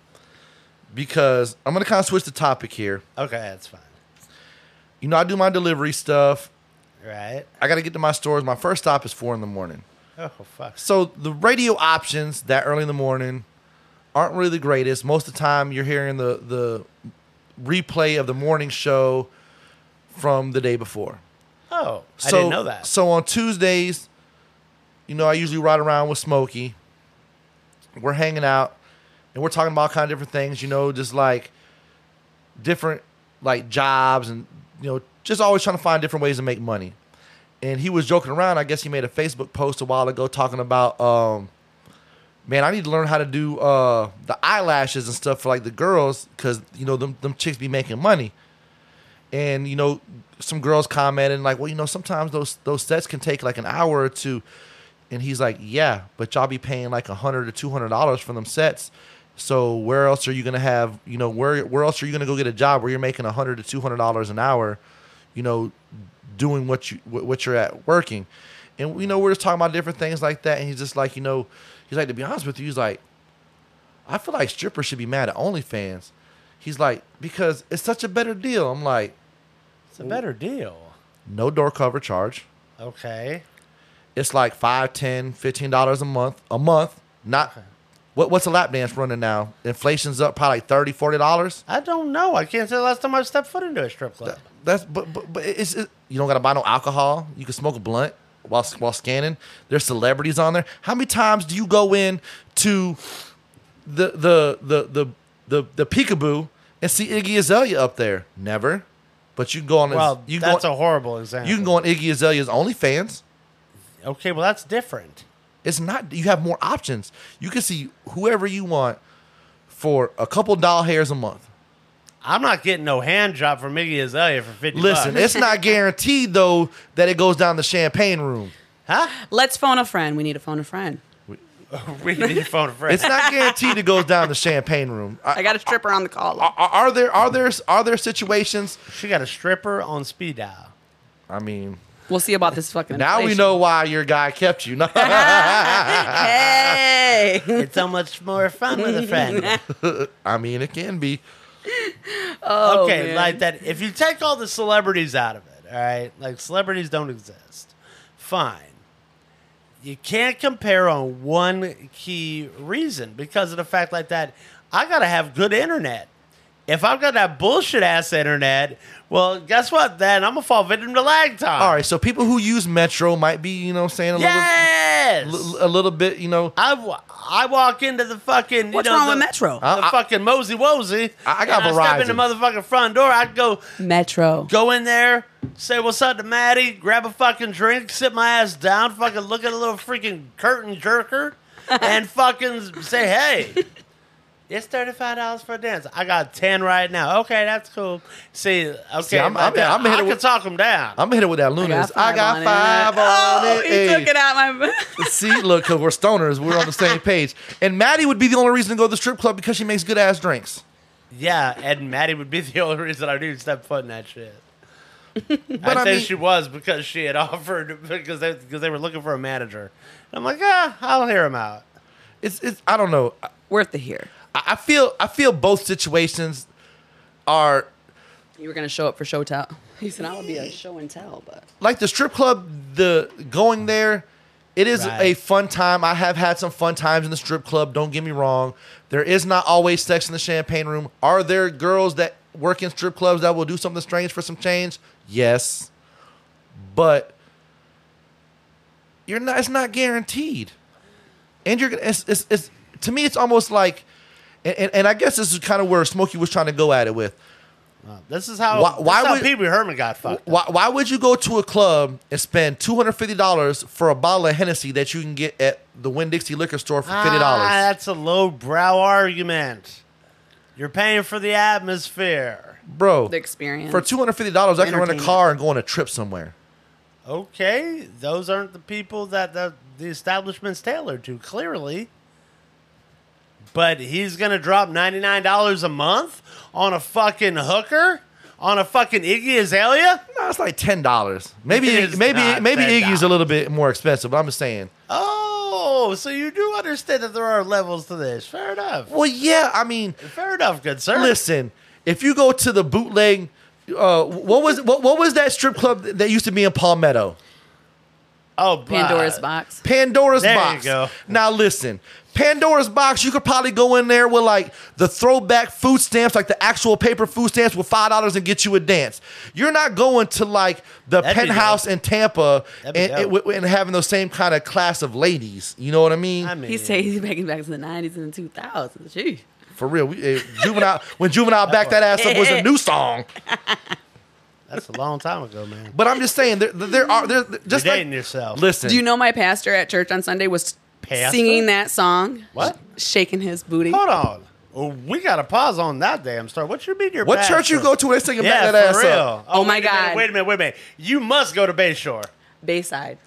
Because I'm gonna kind of switch the topic here.
Okay, that's fine.
You know, I do my delivery stuff.
Right?
I gotta get to my stores. My first stop is four in the morning.
Oh fuck.
So the radio options that early in the morning aren't really the greatest. Most of the time, you're hearing the the replay of the morning show from the day before.
Oh, I didn't know that.
So on Tuesdays, you know, I usually ride around with Smokey. We're hanging out and we're talking about all kind of different things, you know, just like different like jobs and you know, just always trying to find different ways to make money. And he was joking around. I guess he made a Facebook post a while ago talking about um man, I need to learn how to do uh the eyelashes and stuff for like the girls cuz you know them them chicks be making money and you know some girls commented like well you know sometimes those those sets can take like an hour or two and he's like yeah but y'all be paying like a hundred or two hundred dollars for them sets so where else are you gonna have you know where where else are you gonna go get a job where you're making a hundred to two hundred dollars an hour you know doing what you what what you're at working and you know we're just talking about different things like that and he's just like you know he's like to be honest with you he's like I feel like strippers should be mad at OnlyFans. He's like, because it's such a better deal. I'm like,
it's a better deal.
no door cover charge.
Okay.
It's like five, ten, fifteen dollars a month. A month. Not what what's a lap dance running now? Inflation's up probably like 30 dollars.
I don't know. I can't say the last time I stepped foot into a strip club.
That's but but, but it's it, you don't gotta buy no alcohol. You can smoke a blunt while while scanning. There's celebrities on there. How many times do you go in to the the the the the, the peekaboo and see Iggy Azalea up there? Never. But you can go on. his-
well,
you can
that's
go,
a horrible example.
you can go on Iggy Azalea's OnlyFans.
Okay, well that's different.
It's not you have more options. You can see whoever you want for a couple doll hairs a month.
I'm not getting no hand job from Miggy Azalea for fifty.
Listen,
bucks.
it's not guaranteed though that it goes down the champagne room.
Let's phone a friend. We need to phone a friend.
we need to phone a friend.
It's not guaranteed it goes down the champagne room.
I
I,
got a stripper on the call.
are, are there are there are there situations?
she got a stripper on speed dial.
I mean,
We'll see about this fucking.
now we
inflation.
know why your guy kept you. No.
Hey.
It's so much more fun with a friend.
I mean, it can be.
okay,
Oh,
man.
like that. If you take all the celebrities out of it, all right, like celebrities don't exist. Fine. You can't compare on one key reason because of the fact like that. I gotta have good internet. If I've got that bullshit ass internet, well, guess what? Then I'm gonna fall victim to lag time.
All right, so people who use Metro might be, you know, what I'm saying a
Yes.
little, li- a little bit, you know.
I, wa- I walk into the fucking. you
What's
know,
wrong
the-
with Metro?
The
Uh, I- I-
fucking mosey wosey.
I- I got
and I step in the
Verizon.
motherfucking front door. I go
Metro.
go in there, say what's up to Maddie, grab a fucking drink, sit my ass down, fucking look at a little freaking curtain jerker, and fucking say, hey, it's thirty five dollars for a dance. I got ten right now. Okay, that's cool. See, okay,
See, I'm-
like
I'm-
that, i
I'm hitting
can
with-
talk him down.
I'm hitting with that lunas. I got
on
five
it.
on
oh,
it.
you
Hey.
took it out my.
See, look, because we're stoners, we're on the same page. And Maddie would be the only reason to go to the strip club because she makes good ass drinks.
yeah, and Maddie would be the only reason I knew step foot in that shit. I,
I
think
mean-
she was because she had offered because they, because they were looking for a manager. I'm like, ah, I'll hear him out.
It's, it's I don't know. I,
Worth the hear.
I feel, I feel both situations are
You were gonna show up for show tell. He said I would be a show and tell, but
like the strip club. The going there, it is
Right.
a fun time. I have had some fun times in the strip club. Don't get me wrong. There is not always sex in the champagne room. Are there girls that work in strip clubs that will do something strange for some change? Yes, but you're not. It's not guaranteed, and you're. gonna- It's, it's, it's to me. It's almost like, and, and, and I guess this is kind of where Smokey was trying to go at it with.
This is how
Why-
why,
why
how
would-
Pee Wee Herman got fucked.
Why, why would you go to a club and spend two hundred fifty dollars for a bottle of Hennessy that you can get at the Winn Dixie liquor store for fifty
Ah,
dollars?
that's a lowbrow argument. You're paying for the atmosphere.
Bro,
the experience
for two hundred fifty dollars, I can rent a
Entertainment.
car and go on a trip somewhere.
Okay, those aren't the people that the, the establishment's tailored to, clearly. But he's going to drop $99 a month on a fucking hooker? On a fucking Iggy Azalea?
No, it's like ten dollars. Maybe
It is
maybe
not
maybe Iggy's a
$10.
little bit more expensive. But I'm just saying.
Oh, so you do understand that there are levels to this. Fair enough.
Well, yeah, I mean,
Fair enough, good sir.
listen, if you go to the bootleg, uh, what was what, what was that strip club that used to be in Palmetto?
oh, but-
Pandora's box.
Pandora's
There you
box.
go.
Now listen, Pandora's box. You could probably go in there with like the throwback food stamps, like the actual paper food stamps, with five dollars and get you a dance. You're not going to like the
That'd be
penthouse in Tampa
That'd
and,
be
and,
dope.
and having those same kind of class of ladies. You know what I mean?
I mean,
He said he's back in back to the nineties and two thousands. Gee,
For real, we, eh, juvenile. when juvenile back that ass up was a new song.
that's a long time ago, man.
But I'm just saying, there, there are there just
You're
like-
dating yourself.
Listen,
do you know my pastor at church on Sunday was
Pastor?
singing that song?
What?
Shaking his booty.
Hold on. Well, we got to pause on that damn story. What you mean your
what church you go to? They singing back that ass
for real.
up.
Oh my
wait a minute,
God.
wait a minute, wait a minute. You must go to Bayshore.
Bayside.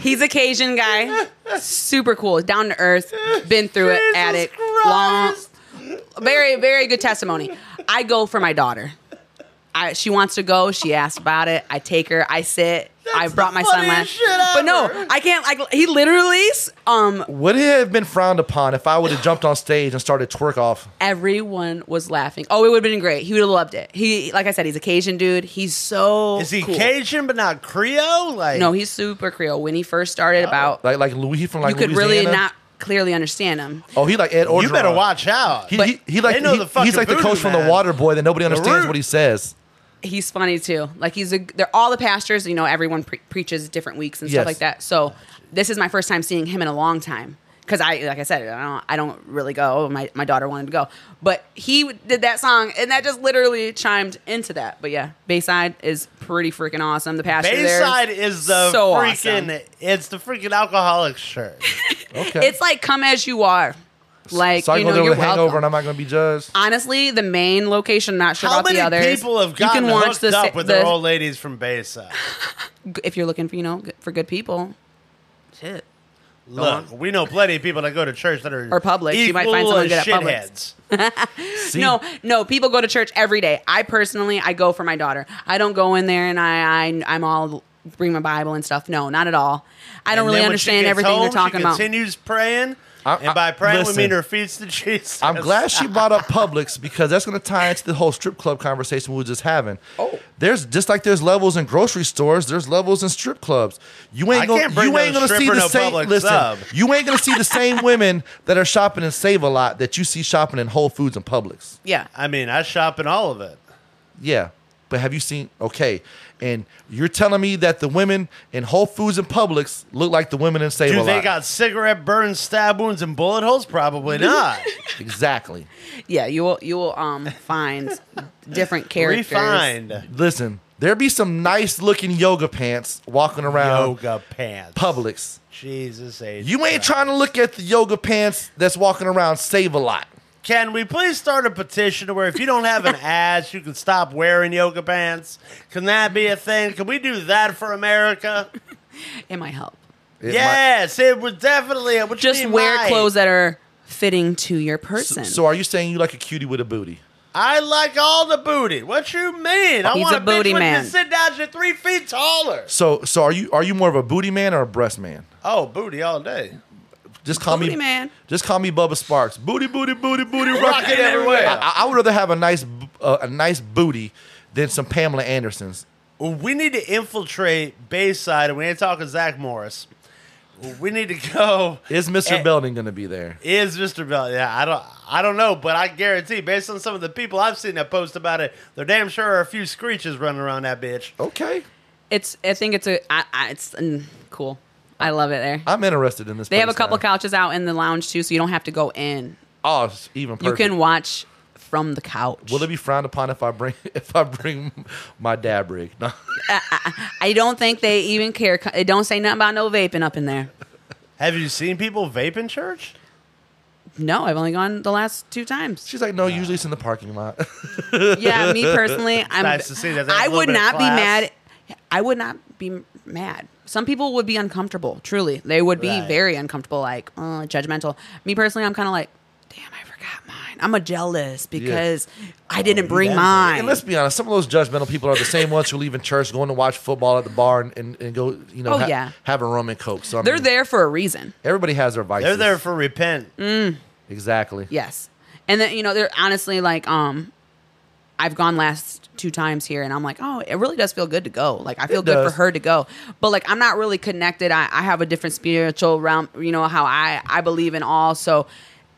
He's a Cajun guy. Super cool. Down to earth. Been through it. At it. Long. Very, very good testimony. I go for my daughter. I, she wants to go. She asked about it. I take her. I sit. I brought my son
funniest
last.
shit
But no,
ever.
I can't. Like he literally, um,
Would it have been frowned upon if I would have jumped on stage and started twerk off?
everyone was laughing. Oh, it would have been great. He would have loved it. He, like I said, he's a Cajun dude. He's so.
Is he
cool.
Cajun but not Creole? Like
No, he's super Creole. When he first started, about
Like like Louis from like
you could
Louisiana?
really not clearly understand him.
Oh, he like Ed Orgeron.
you better watch out.
He, he, he like
They know
he-
the fucking
he's like the
voodoo
coach from
man.
the Water Boy that nobody understands
root.
what he says.
He's funny too. Like he's a they're all the pastors. You know, everyone pre- preaches different weeks and
Yes.
stuff like that. So this is my first time seeing him in a long time. Cause I, like I said, I don't, I don't really go. My, my daughter wanted to go, but he w- did that song, and that just literally chimed into that. But yeah, Bayside is pretty freaking awesome. The pastor there
Bayside is the
so
freaking.
awesome.
It's the freaking alcoholic shirt.
Okay.
It's like come as you are, like
so I
you
go
know
there
you're
with a hangover
welcome.
and I'm not going to be judged.
Honestly, the main location, I'm not sure
How
about
many
the others.
people have gotten hooked
the,
up
sa-
with
the-
their old ladies from Bayside?
if you're looking for you know for good people. Shit.
Look, we know plenty of people that go to church that are
Or Publix. You might find
equal
someone good
as
at Publix.
shitheads.
See,
No, no. People go to church every day. I personally, I go for my daughter. I don't go in there and I, I I'm all bring my Bible and stuff. No, not at all. I don't
And
really
then when she
understand
gets
everything
home,
they're talking
she
about.
Continues praying.
I- I-
and by praying we
listen.
mean her feet to Jesus.
I'm glad she brought up Publix because that's going to tie into the whole strip club conversation we were just having.
Oh.
there's just like there's levels in grocery stores. There's levels in strip clubs. You
I
ain't going.
can't bring
You ain't
no
going to see
stripper,
the
no
same.
Publix
Listen,
up.
you ain't going to see the same women that are shopping in Save a Lot that you see shopping in Whole Foods and Publix.
Yeah.
I mean, I shop in all of it.
Yeah, but have you seen? Okay, and you're telling me that the women in Whole Foods and Publix look like the women in Save a
Do
Lot?
they got cigarette burns, stab wounds, and bullet holes? Probably not.
exactly.
Yeah, you will you will um find different characters.
Refined
Listen, there be some nice looking yoga pants walking around.
yoga pants.
Publix.
Jesus H.
You ain't trying to look at the yoga pants that's walking around Save a Lot.
Can we please start a petition to where if you don't have an ass, you can stop wearing yoga pants? Can that be a thing? Can we do that for America?
It might help.
It
yes, it would definitely. It would
Just
be
wear
mine.
clothes that are fitting to your
might-
person.
so are you saying you like a cutie with a booty?
I like all the booty. What you mean? I
He's
want
a booty
bitch when
man.
you sit down, you're three feet taller.
So so are you are you more of a booty man or a breast man?
Oh, booty all day.
Just call me
Booty man.
Just call me Bubba Sparks. Booty booty booty booty
Rock
rock
it
it everywhere.
everywhere.
I, I would rather have a nice bo- uh, a nice booty than some Pamela Andersons.
We need to infiltrate Bayside, and we ain't talking Zach Morris. We need to go.
Is Mr.
Eh.
Belding going to be there?
Is Mr. Bell? Yeah, I don't, I don't know, but I guarantee, based on some of the people I've seen that post about it, there damn sure are a few screeches running around that bitch.
Okay.
It's I think it's a I, I, it's mm, cool. I love it there.
I'm interested in this.
They have a
place
couple
now.
couches out in the lounge too, so you don't have to go in.
Oh, it's even
You
perfect.
can watch from the couch.
Will it be frowned upon if I bring if I bring my dab rig? No.
I don't think they even care. It don't say nothing about no vaping up in there.
Have you seen people vape in church?
No, I've only gone the last two times.
She's like, no, usually it's in the parking lot.
Yeah, me personally, I'm.
nice to see that they have
I
a little
would
bit of
not be
class.
mad. I would not be mad. Some people would be uncomfortable. Truly, they would be
Right.
very uncomfortable, like uh, judgmental. Me personally, I'm kind of like, damn, I forgot mine. I'm a jealous because I didn't bring mine.
and let's be honest, some of those judgmental people are the same ones who leave in church, going to watch football at the bar, and, and, and go, you know,
Oh, yeah.
have a rum and coke. So I
They're
mean,
there for a reason.
Everybody has their vices.
They're there for repent.
Mm.
exactly.
Yes. And then, you know, they're honestly like, um, I've gone last two times here and I'm like, oh, it really does feel good to go. Like, I feel good for
does.
her to go. But like, I'm not really connected. I, I have a different spiritual realm, you know, how I, I believe in all. So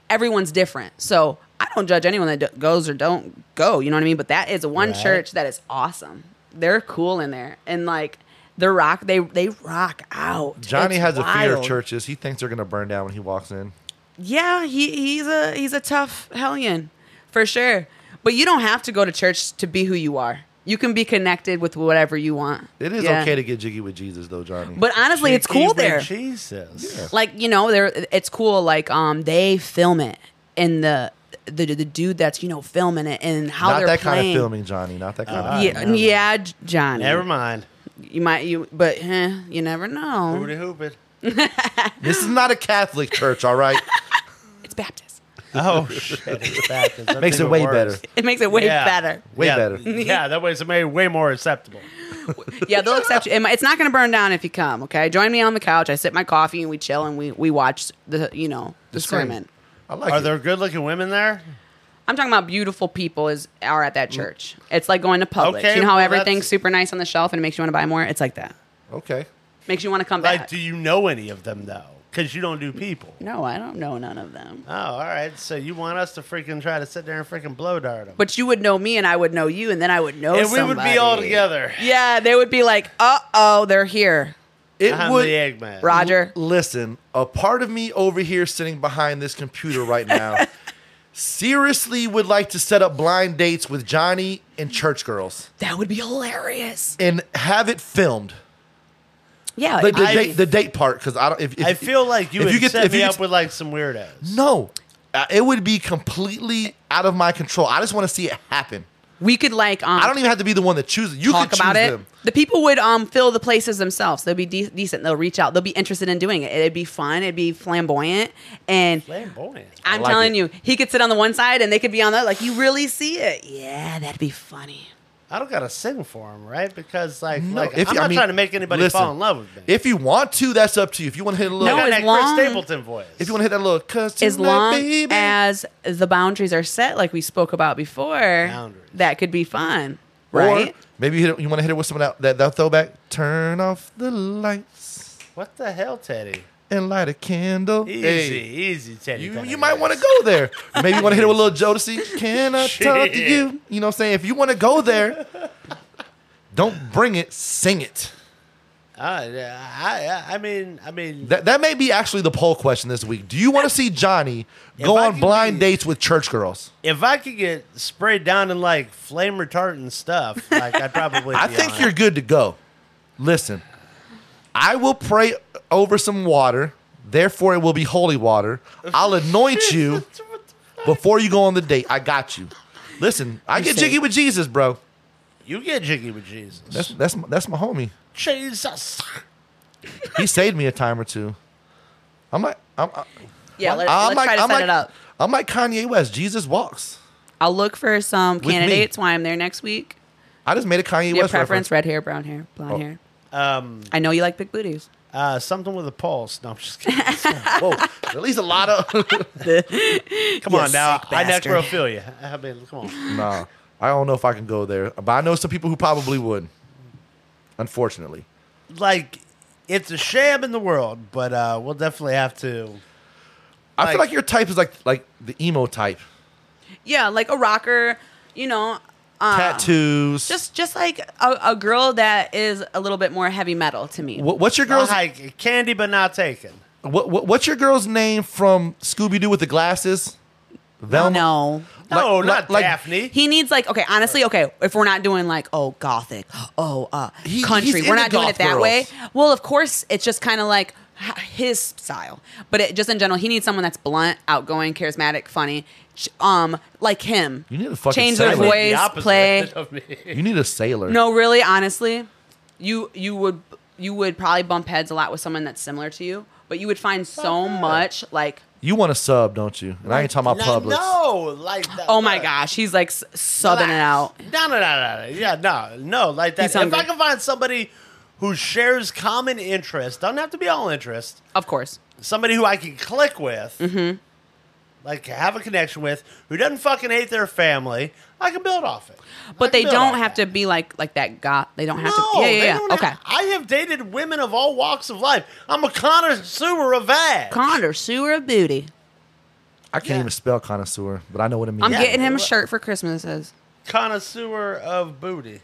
everyone's different. So I don't judge anyone that d- goes or don't go. You know what I mean? But that is one church that is awesome. They're cool in there. And like, they're rock, they, they rock out.
Johnny
It's
has a fear of
wild.
churches. He thinks they're gonna burn down when he walks in.
Yeah, he, he's a he's a tough hellion for sure. But you don't have to go to church to be who you are. You can be connected with whatever you want.
It is
Yeah.
okay to get jiggy with Jesus, though, Johnny.
But honestly, it's cool
Even
there.
Jesus.
Like you know, there it's cool. Like um, they film it and the the the dude that's you know filming it and how
not
they're
that kind
playing.
of filming, Johnny. Not that kind
Uh,
of.
Yeah, yeah, J- Johnny.
Never mind.
You might you, but eh, you never know.
Booty hooping.
This is not a Catholic church, all right.
It's Baptist.
Oh shit! It's back. It's
Makes it
even
way
worse.
better.
It makes it way
Yeah.
better.
Way
Yeah,
better.
Yeah, that way it's made way more acceptable.
Yeah, they'll accept you. It might- It's not going to burn down if you come. Okay, join me on the couch. I sip my coffee and we chill and we we watch the you know the,
screen.
sermon.
I like
Are
it.
there good-looking women there?
I'm talking about beautiful people is are at that church. It's like going to Publix.
Mm. Okay,
you know how
well,
everything's
that's-
super nice on the shelf and it makes you want to buy more. It's like that.
Okay.
Makes you want to come
Like,
back.
do you know any of them though? Because you don't do people.
no, I don't know none of them.
Oh, all right. So you want us to freaking try to sit there and freaking blow dart them?
But you would know me and I would know you and then I would know.
and we would be all
somebody.
together.
Yeah, they would be like, uh oh, they're here,
It
I'm
would.
the Eggman.
Roger.
Listen, a part of me over here sitting behind this computer right now seriously would like to set up blind dates with Johnny and church girls
That would be hilarious.
and have it filmed.
Yeah,
The, the,
I-
date, the date part, because I don't. If, if,
I feel like you
if
would set
if
me
you
up with like some weirdos.
no, Uh, it would be completely out of my control. I just want to see it happen.
we could like. Um,
I don't even have to be the one that chooses. You
talk
could
about
choose
it.
them.
The people would um fill the places themselves. They'll be de- decent. They'll reach out. They'll be interested in doing it. It'd be fun. It'd be flamboyant. And
Flamboyant.
I'm
like
telling
it.
you, he could sit on the one side and they could be on the other. Like you really see it. Yeah, that'd be funny.
I don't gotta sing for him, right? Because like,
No,
like
if
I'm
you- I
not
mean,
trying to make anybody
listen,
fall in love with me.
If you want to, that's up to you. If you want to hit a
I
little,
No,
got
as
that
long-
Chris Stapleton voice.
if you want to hit that little, cause
as
tonight,
long
baby.
as the boundaries are set, like we spoke about before,
Boundaries.
that could be fun,
Or
right?
maybe you, hit it- you want to hit it with some of that, that, that throwback. Turn off the lights
what the hell, Teddy?
and light a candle.
Easy,
Hey,
easy, Teddy.
you,
Pendergrass.
you might want to go there. Maybe you want to hit it with a little Jodeci. Can I talk to
Shit.
you? You know what I'm saying? If you want to go there, don't bring it, sing it.
Uh, yeah, I, I, I mean, I mean,
That, that may be actually the poll question this week. Do you want to see Johnny go
I
on
could
blind
be-
dates with church girls?
if I could get sprayed down in like flame retardant stuff, like I'd probably.
I
be
think
on
you're
it.
good to go. Listen, I will pray over some water, therefore it will be holy water. I'll anoint you before you go on the date. I got you. Listen, I get jiggy with Jesus, bro.
You get jiggy with Jesus.
That's that's my, that's my homie.
Jesus.
He saved me a time or two. I'm like I'm, I'm,
Yeah, let,
I'm
us
like
try to
I'm
set
like,
it up.
I'm like Kanye West. Jesus walks.
I'll look for some
me.
candidates while I'm there next week.
I just made a Kanye
Your
West reference.
preference: red hair, brown hair,
Oh,
blonde hair.
Um,
I know you like big booties.
uh, something with a pulse. No, I'm just kidding.
Whoa, at least a lot of.
Come on now, I necrophilia. I mean, come on.
nah, I don't know if I can go there, but I know some people who probably would. Unfortunately,
Like, it's a sham in the world, but uh, we'll definitely have to.
I feel
Like-
like your type is like like the emo type,
Yeah, like a rocker. You know, um,
tattoos.
Just just like a, a girl that is a little bit more heavy metal to me.
What, what's your
Girls
girl's
like candy, but not taken.
what, what, What's your girl's name from Scooby Doo with the glasses? Velma.
No.
No,
Like-
not
like-
Daphne.
He needs like okay, honestly, okay. If we're not doing like oh gothic, oh uh
He-
country,
he's into
we're not doing
goth
it that
girls.
way. Well, of course, it's just kind of like h- his style, but it, just in general, he needs someone that's blunt, outgoing, charismatic, funny, ch- um, like him.
You need to fucking
change
say
their
it.
voice, play.
of me.
you need a sailor.
No, really, honestly, you you would you would probably bump heads a lot with someone that's similar to you, but you would find so much like
you want a sub, don't you? And I ain't talking about Publix.
No, like. That,
oh my gosh, he's like s- subbing it out.
No, no, no, no, no. Yeah, no, no, like that.
He's
If
hungry.
I can find somebody who shares common interest, doesn't have to be all interest.
Of course,
somebody who I can click with,
Mm-hmm.
like have a connection with, who doesn't fucking hate their family, I can build off it. I
but
can
they
build
don't
off
have
that.
to be like like that. Got they don't have
No,
to. Yeah,
they
yeah,
don't
yeah. Okay.
have- I have dated women of all walks of life. I'm a connoisseur of ass.
Condor, sewer of booty.
I can't even spell connoisseur, but I know what it means.
I'm
Yeah.
getting him a shirt for Christmas. says.
connoisseur of booty.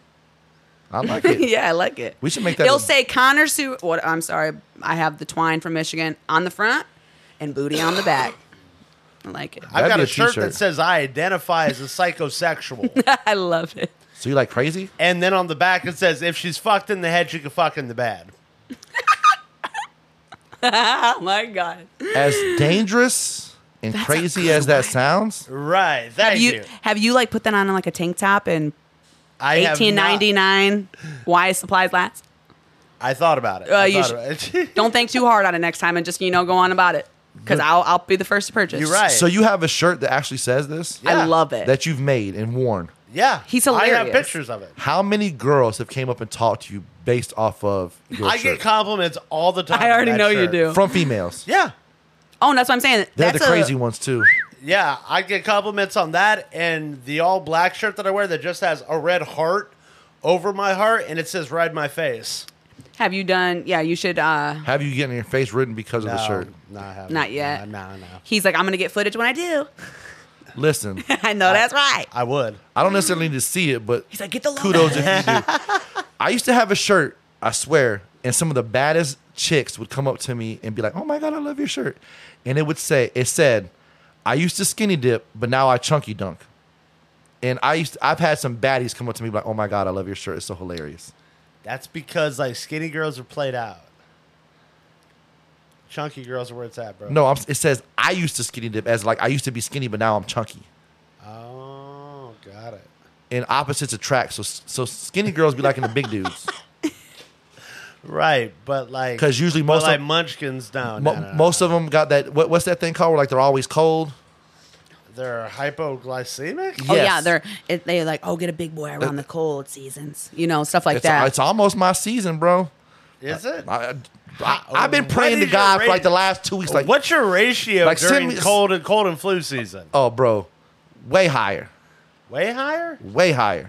I like it.
yeah, I like it.
We should make that.
He'll
a-
say Connor sewer. What? I'm sorry. I have the twine from Michigan on the front and booty on the back. I like it.
That'd
I've got
be
a,
a
shirt
t-shirt.
that says I identify as a psychosexual,
I love it.
So you like crazy?
and then on the back it says if she's fucked in the head, she can fuck in the bed.
Oh my god.
As dangerous and crazy as that sounds,
Right. Thank
Have you, have you like put that on like a tank top in
I have not-
1899? Why supplies last?
I thought about it.
Uh,
I
you
thought
should-
about it.
Don't think too hard on it next time and just you know go on about it because I'll I'll be the first to purchase.
You're right.
So you have a shirt that actually says this
I
Yeah.
love it.
that you've made and worn.
Yeah,
He's
I have
hilarious.
pictures of it.
How many girls have came up and talked to you based off of your
I
shirt
get compliments all the time.
I
on
already
that
know you
shirt.
do.
from females?
Yeah,
Oh, and that's what I'm saying.
They're
that's
the crazy
a,
ones too.
yeah, I get compliments on that and the all black shirt that I wear that just has a red heart over my heart and it says "Ride My Face."
Have you done? Yeah, you should. uh
Have you getting your face written because of the
No,
shirt?
No, Um, I haven't.
Not yet.
No, no, no.
He's like, I'm gonna get footage when I do.
Listen,
I know that's right.
I would.
I don't necessarily need to see it, but
He's like, get the logo.
kudos if you do. I used to have a shirt, I swear, and some of the baddest chicks would come up to me and be like, "Oh my god, I love your shirt," and it would say, "It said, I used to skinny dip, but now I chunky dunk." And I used, I've had some baddies come up to me like, "Oh my god, I love your shirt. It's so hilarious."
That's because like skinny girls are played out. Chunky girls are where it's at, bro.
No, I'm, it says I used to skinny dip as like I used to be skinny, but now I'm chunky.
Oh, got it.
And opposites attract. So so skinny girls be liking the big dudes
Right, but like
'Cause usually
but,
most of-
like munchkins down.
Mo- most of them got that. What, what's that thing called? Where like they're always cold.
They're hypoglycemic.
Oh yeah,
Yes.
they're it, they like oh get a big boy around the cold seasons, you know stuff like
It's,
that.
it's almost my season, bro.
Is it?
I, I, I've been
What
praying to
is your
God for
rate?
like the last two weeks. Like,
What's your ratio
Like, send
during
me-
cold and cold and flu season?
Oh, bro, way higher,
Way higher.
way higher.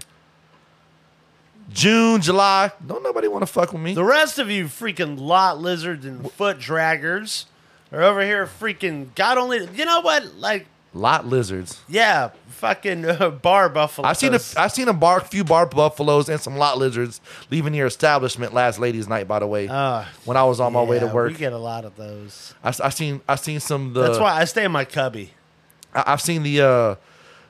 June, July. Don't nobody want to fuck with me.
The rest of you freaking lot lizards and foot draggers are over here freaking God only. You know what? Like,
Lot lizards.
yeah, fucking uh, bar buffalo.
I've seen a, I've seen a bar, few bar buffaloes and some lot lizards leaving your establishment last ladies' night. By the way,
Ah,
when I was on my way to
Yeah,
work,
We get a lot of those.
I, I seen I seen some. The,
That's why I stay in my cubby.
I, I've seen the uh,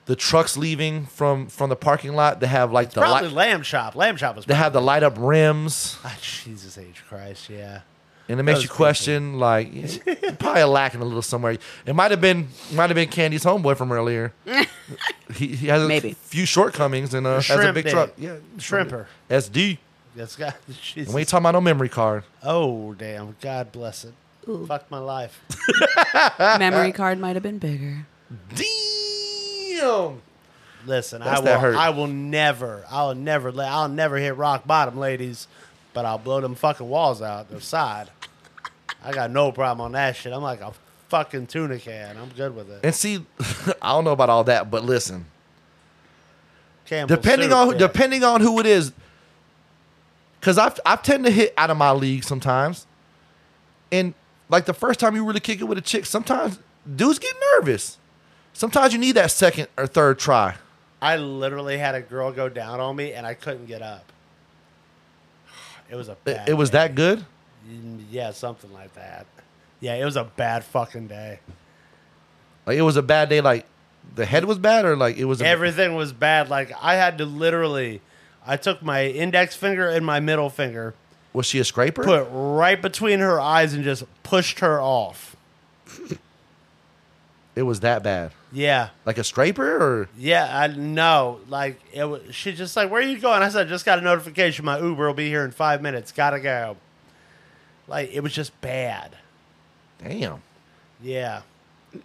the trucks leaving from from the parking lot. They have like the
Probably
light,
lamb chop. Lamb chop was.
they have the light up rims,
Ah, Jesus H Christ, yeah.
and it makes
Those
you
people.
question like probably lacking a little somewhere. It might have been might have been Candy's homeboy from earlier. he, he has a
Maybe.
few shortcomings and uh, has a
Shrimp
big
did
truck.
it.
Yeah,
Shrimper.
SD.
That's got Jesus.
And we ain't talking about no memory card.
oh damn! God bless it. Fuck my life.
Memory card might have been bigger.
Damn.
Listen, I
That's
will.
that hurt.
I will never. I'll never. let. I'll never hit rock bottom, ladies. But I'll blow them fucking walls out the side. I got no problem on that shit. I'm like a fucking tuna can. I'm good with it.
And see, I don't know about all that, but listen,
Campbell's
depending
soup,
on
yeah.
depending on who it is, because I I tend to hit out of my league sometimes, and like the first time you really kick it with a chick, sometimes dudes get nervous. Sometimes you need that second or third try.
I literally had a girl go down on me and I couldn't get up. It was a.
It,
Bad
it was
day. Mm,
that good.
Yeah, something like that. Yeah, it was a bad fucking day.
Like it was a bad day. Like the head was bad, or like it was a,
Everything was bad. Like I had to literally, I took my index finger and my middle finger,
Was she a scraper?
put it right between her eyes, and just pushed her off.
It was that bad.
Yeah,
Like a scraper, or
yeah, I know. Like it was. She just like, where are you going? I said, I just got a notification. My Uber will be here in five minutes. Gotta go. Like it was just bad.
damn.
Yeah.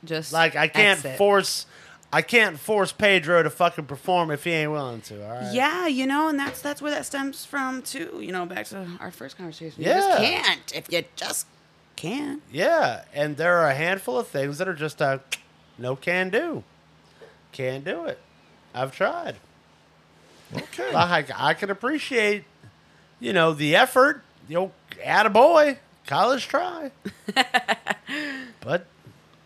Just
Like I can't
exit.
force. I can't force Pedro to fucking perform if he ain't willing to. All right.
Yeah, you know, and that's that's where that stems from too. You know, back to our first conversation. You
Yeah.
just can't if you just can't.
Yeah, and there are a handful of things that are just a no can do. Can't do it. I've tried.
Okay.
I, I can appreciate, you know, the effort. You know, add a boy, college try, but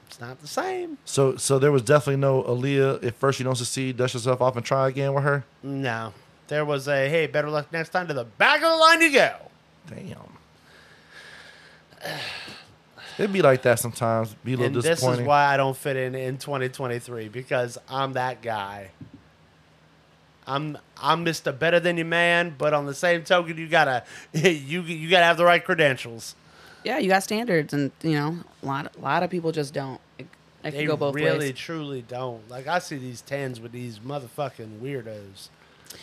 it's not the same.
So so there was definitely no Aaliyah. If first you don't succeed, dust yourself off and try again with her.
No, there was a hey, better luck next time. To the back of the line you go.
Damn. It'd be like that sometimes. Be a little
And this is
disappointing.
why I don't fit in in 2023 because I'm that guy. I'm I'm Mr. Better Than You Man, but on the same token, you gotta you you gotta have the right credentials.
yeah, you got standards, and you know a lot a lot of people just don't. It, it
They
can go both
really
ways.
truly don't. Like I see these tens with these motherfucking weirdos,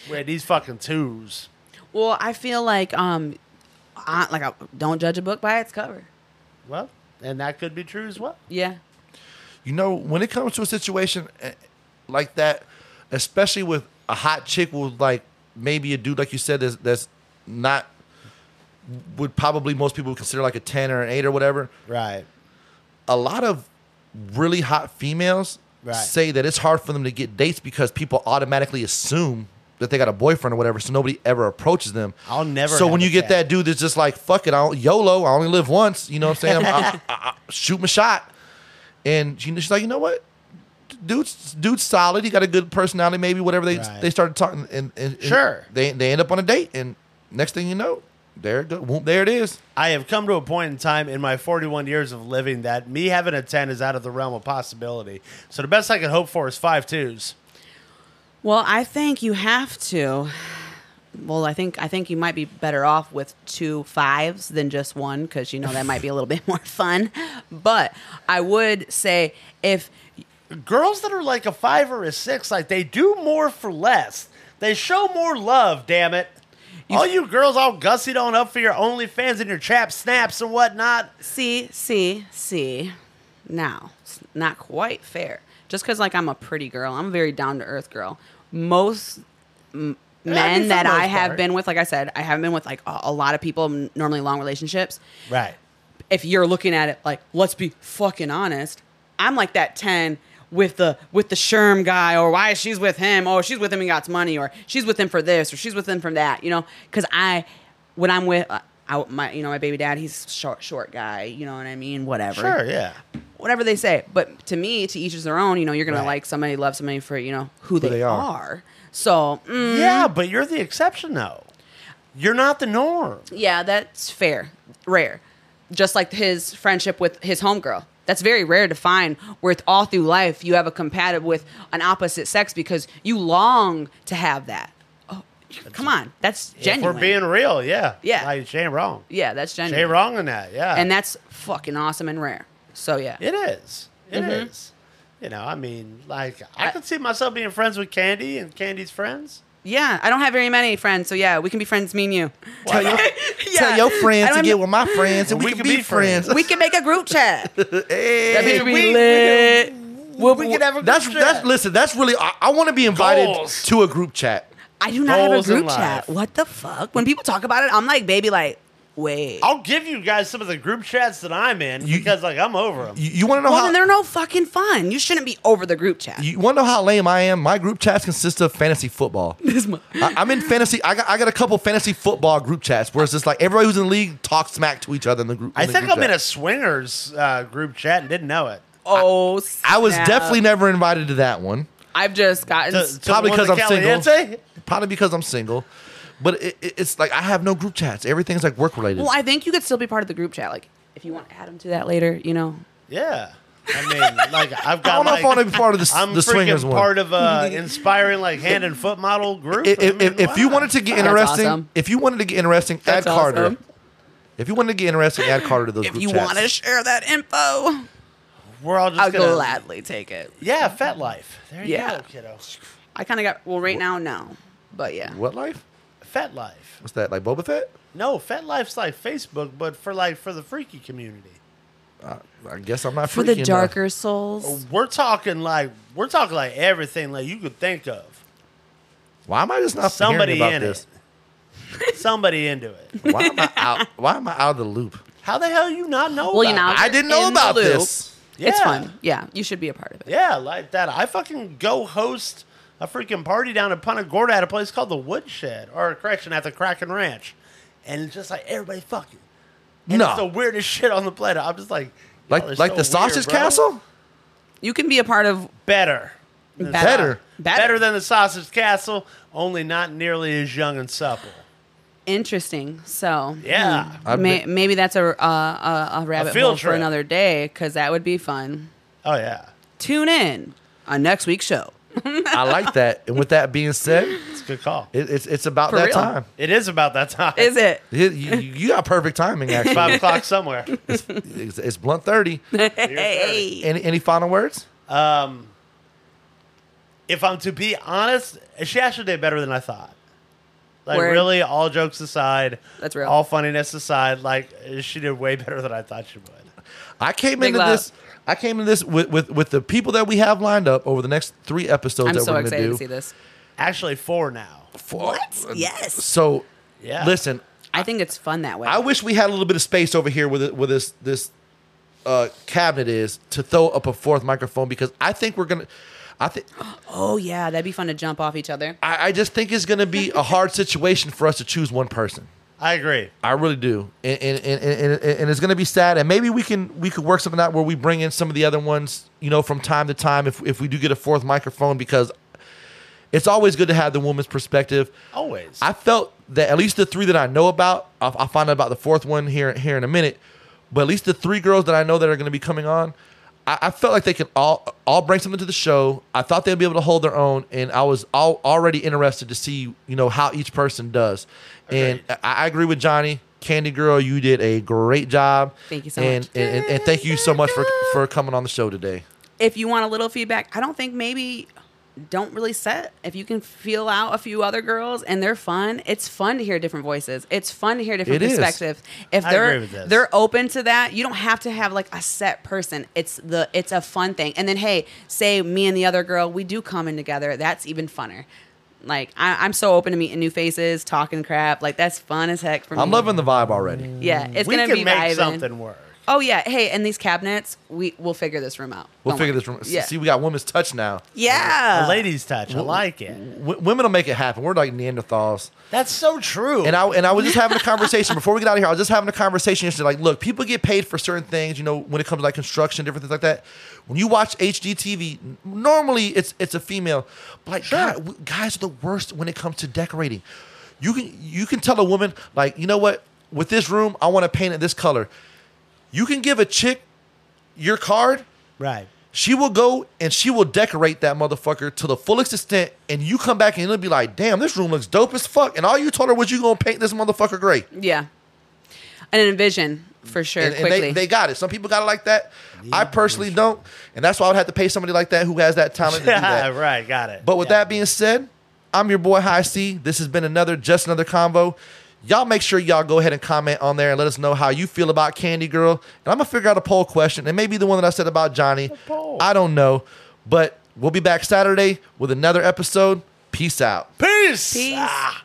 with these fucking twos.
Well, I feel like um, I, like I, don't judge a book by its cover.
Well, and that could be true as well.
Yeah,
you know, when it comes to a situation eh, like that, especially with a hot chick with like maybe a dude like you said that's, that's not would probably most people would consider like a ten or an eight or whatever.
Right.
a lot of really hot females
Right.
say that it's hard for them to get dates because people automatically assume that they got a boyfriend or whatever, so nobody ever approaches them.
I'll never
So
have
when
a
you get
cat.
that dude that's just like, "Fuck it, I don't, YOLO, I only live once," you know what I'm saying? I'm, I, I, I, shoot my shot, and she, she's like, "You know what? Dude's dude's solid. He got a good personality. Maybe whatever they
Right.
they started talking, and, and, and
Sure.
they they end up on a date, and next thing you know, there it go, whoop, there it is.
I have come to a point in time in my 41 years of living that me having a 10 is out of the realm of possibility. So the best I can hope for is five twos.
Well, I think you have to. Well, I think I think you might be better off with two fives than just one because you know that might be a little bit more fun. But I would say if
Girls that are like a five or a six, like they do more for less. They show more love, damn it. all you girls all gussied on up for your OnlyFans and your chap snaps and whatnot.
see see see, now it's not quite fair.
just because like I'm a pretty girl, I'm a very down to earth girl. Most m-
I mean,
men
for
that
the
I
most
have
part.
been with, like I said, I haven't been with like a, a lot of people, m- normally long relationships.
Right.
If you're looking at it like, let's be fucking honest, I'm like that ten with the with the Sherm guy, or why is she's with him? Oh, she's with him and got money, or she's with him for this, or she's with him for that. You know, because I when I'm with. Uh, I, my, you know, my baby dad, he's short, short guy. You know what I mean? Whatever
Sure. Yeah.
whatever they say. But to me, to each is their own. You know, you're gonna
Right.
like somebody, love somebody for you know who, they,
they
are.
are.
So mm,
Yeah, but you're the exception though. You're not the norm.
yeah, that's fair, rare. Just like his friendship with his homegirl. That's very rare to find. Where th- all through life you have a compatible with an opposite sex because you long to have that. Oh, come on, that's genuine.
If we're being real, yeah.
Yeah.
Like Shane wrong.
yeah, that's genuine.
Shane wrong in that, yeah.
and that's fucking awesome and rare. So yeah,
It is. It is. You know, I mean, like I,
Mm-hmm. I-
could see myself being friends with Candy and Candy's friends.
yeah. I don't have very many friends, so yeah, we can be friends, me and you.
Tell your, tell your
I
friends
don't
to
have-
get with my friends and we, can, be, friends.
We can make a group chat. That bitch be
we- we
lit. We'll-
we could have a group
that's
chat.
that's listen. That's really I, I want to be invited
Goals.
to a group chat.
I do not have a
goals in
group
life.
chat. What the fuck? When people talk about it, I'm like, baby, like, wait.
I'll give you guys some of the group chats that I'm in
You-
because like I'm over them.
You, want to know
well,
how
then they're no fucking fun. You shouldn't be over the group chat.
Uh-huh. You want to know how lame I am? My group chats consist of fantasy football. I, I'm in fantasy. I got, I got a couple fantasy football group chats where it's just like everybody who's in the league talks smack to each other in the group.
I
the
think
group
I'm in
chat.
a swingers uh, group chat and didn't know it.
oh,
I was
snap.
definitely never invited to that one.
I've just gotten.
To- to
Probably
the one
because I'm
with
single.
Caliente?
Probably because I'm single. But it, it- it's like I have no group chats. Everything's like work related.
well, I think you could still be part of the group chat. Like, if you want to add them to that later, you know.
Yeah. I mean, like I've got.
I don't know if I
like-
want to be part of the,
I'm
the
freaking
swingers one.
part of uh, inspiring like hand and foot model group.
if,
I
if,
mean,
if, if you
why?
wanted to get
That's
interesting,
awesome.
if you wanted to get interesting,
That's
add Carter.
awesome.
If you wanted to get interesting, add Carter to those
If
group
you
chats.
want to share that info,
we're all just
I'll
gonna,
gladly take it.
Yeah, fat life. There you
Yeah.
go, kiddo.
I kind of got. Well, right now, no. But yeah.
what life?
Fat life.
What's that like Boba Fett?
No, Fat Life's like Facebook, but for like for the freaky community.
I guess I'm not uh,
For the
freaky enough.
darker
Oh,
souls.
We're talking like we're talking like everything like you could think of.
Why am I just not
Somebody
hearing about
in
this?
it. Somebody into it.
Why am I out? Why am I out of the loop?
How the hell you not know?
Well, you
about
know,
it?
I didn't know
in the
about
loop.
this.
It's
Yeah.
fun. Yeah, you should be a part of it.
Yeah, like that. I fucking go host a freaking party down in Punta Gorda at a place called the Woodshed, or correction, at the Kraken Ranch, and it's just like everybody fucking. And
No.
it's the weirdest shit on the planet. I'm just like,
Like
y'all are
like
so
the Sausage
weird, bro.
Castle?
You can be a part of
better. than
Better.
Sausage-
Better.
better, than the Sausage Castle, only not nearly as young and supple.
interesting. So
Yeah.
hmm.
I've
May,
been-
maybe that's a uh, a, a rabbit
field
hole for
trip.
another day because that would be fun.
Oh yeah,
Tune in on next week's show.
I like that. And with that being said,
it's a good call.
it, it's it's about
For
that
real.
time.
it is about that time.
Is it?
You, you- you got perfect timing. Actually,
five o'clock somewhere?
it's, it's blunt thirty.
Hey,
Any any final words?
if I'm to be honest, she actually did better than I thought. Like
Word.
really, all jokes aside,
That's real.
All funniness aside, like she did way better than I thought she would.
I came
Big
into
love.
this. I came into this with, with with the people that we have lined up over the next three episodes
I'm
that
so
we're going
excited
to
to
do.
see this.
Actually, four now.
What?
Yes,
So,
Yeah.
listen,
I think it's fun that way.
I wish we had a little bit of space over here where, the, where this this uh, cabinet is to throw up a fourth microphone because I think we're gonna. I think
oh yeah, that'd be fun to jump off each other.
I I just think it's gonna be a hard situation for us to choose one person.
I agree.
I really do, and and, and, and, and- and it's gonna be sad. And maybe we can we could work something out where we bring in some of the other ones, you know, from time to time if if we do get a fourth microphone because it's always good to have the woman's perspective.
Always.
I felt that at least the three that I know about, I'll, I'll find out about the fourth one here here in a minute. But at least the three girls that I know that are going to be coming on, I, I felt like they could all all bring something to the show. I thought they'd be able to hold their own, and I was all, already interested to see you know how each person does. And I, I agree with Johnny. Candy girl, you did a great job.
Thank you so
and,
much.
And, and, and thank you so much for for coming on the show today.
If you want a little feedback, I don't think maybe don't really set. If you can feel out a few other girls and they're fun, it's fun to hear different voices. It's fun to hear different
It is.
perspectives. If
I
they're
agree with this.
they're open to that, you don't have to have like a set person. It's the it's a fun thing. And then hey, say me and the other girl, we do come in together. That's even funner. Like I, I'm so open to meeting new faces, talking crap. Like that's fun as heck for me.
I'm loving the vibe already.
Yeah, it's
we
gonna
can
be
make
vibing.
something work.
Oh yeah, hey, and these cabinets, we we'll figure this room out.
We'll
Don't
figure
worry.
this. Room.
Yeah.
See, we got women's touch now.
yeah.
A ladies' touch. I like it.
W- women will make it happen. We're like Neanderthals.
That's so true.
And I and I was just having a conversation before we get out of here. I was just having a conversation yesterday. Like, look, people get paid for certain things. You know, when it comes to like construction, different things like that. When you watch HGTV, n- normally it's it's a female. But like, God, w- guys are the worst when it comes to decorating. You can you can tell a woman like, you know what? With this room, I want to paint it this color. You can give a chick your card.
right.
She will go and she will decorate that motherfucker to the fullest extent, and you come back and it'll be like, damn, this room looks dope as fuck. And all you told her was you gonna paint this motherfucker gray.
Yeah. And an envision for sure
And, and
quickly.
they, they got it. Some people got it like that. I personally don't, and that's why I would have to pay somebody like that who has that talent to do
Yeah,
that.
right. Got it.
But with that being said, I'm your boy High C. This has been another just another combo. Y'all make sure y'all go ahead and comment on there and let us know how you feel about Candy Girl. And I'm gonna figure out a poll question. It may be the one that I said about Johnny. I don't know, but we'll be back Saturday with another episode. Peace out.
Peace.
Peace.
Ah.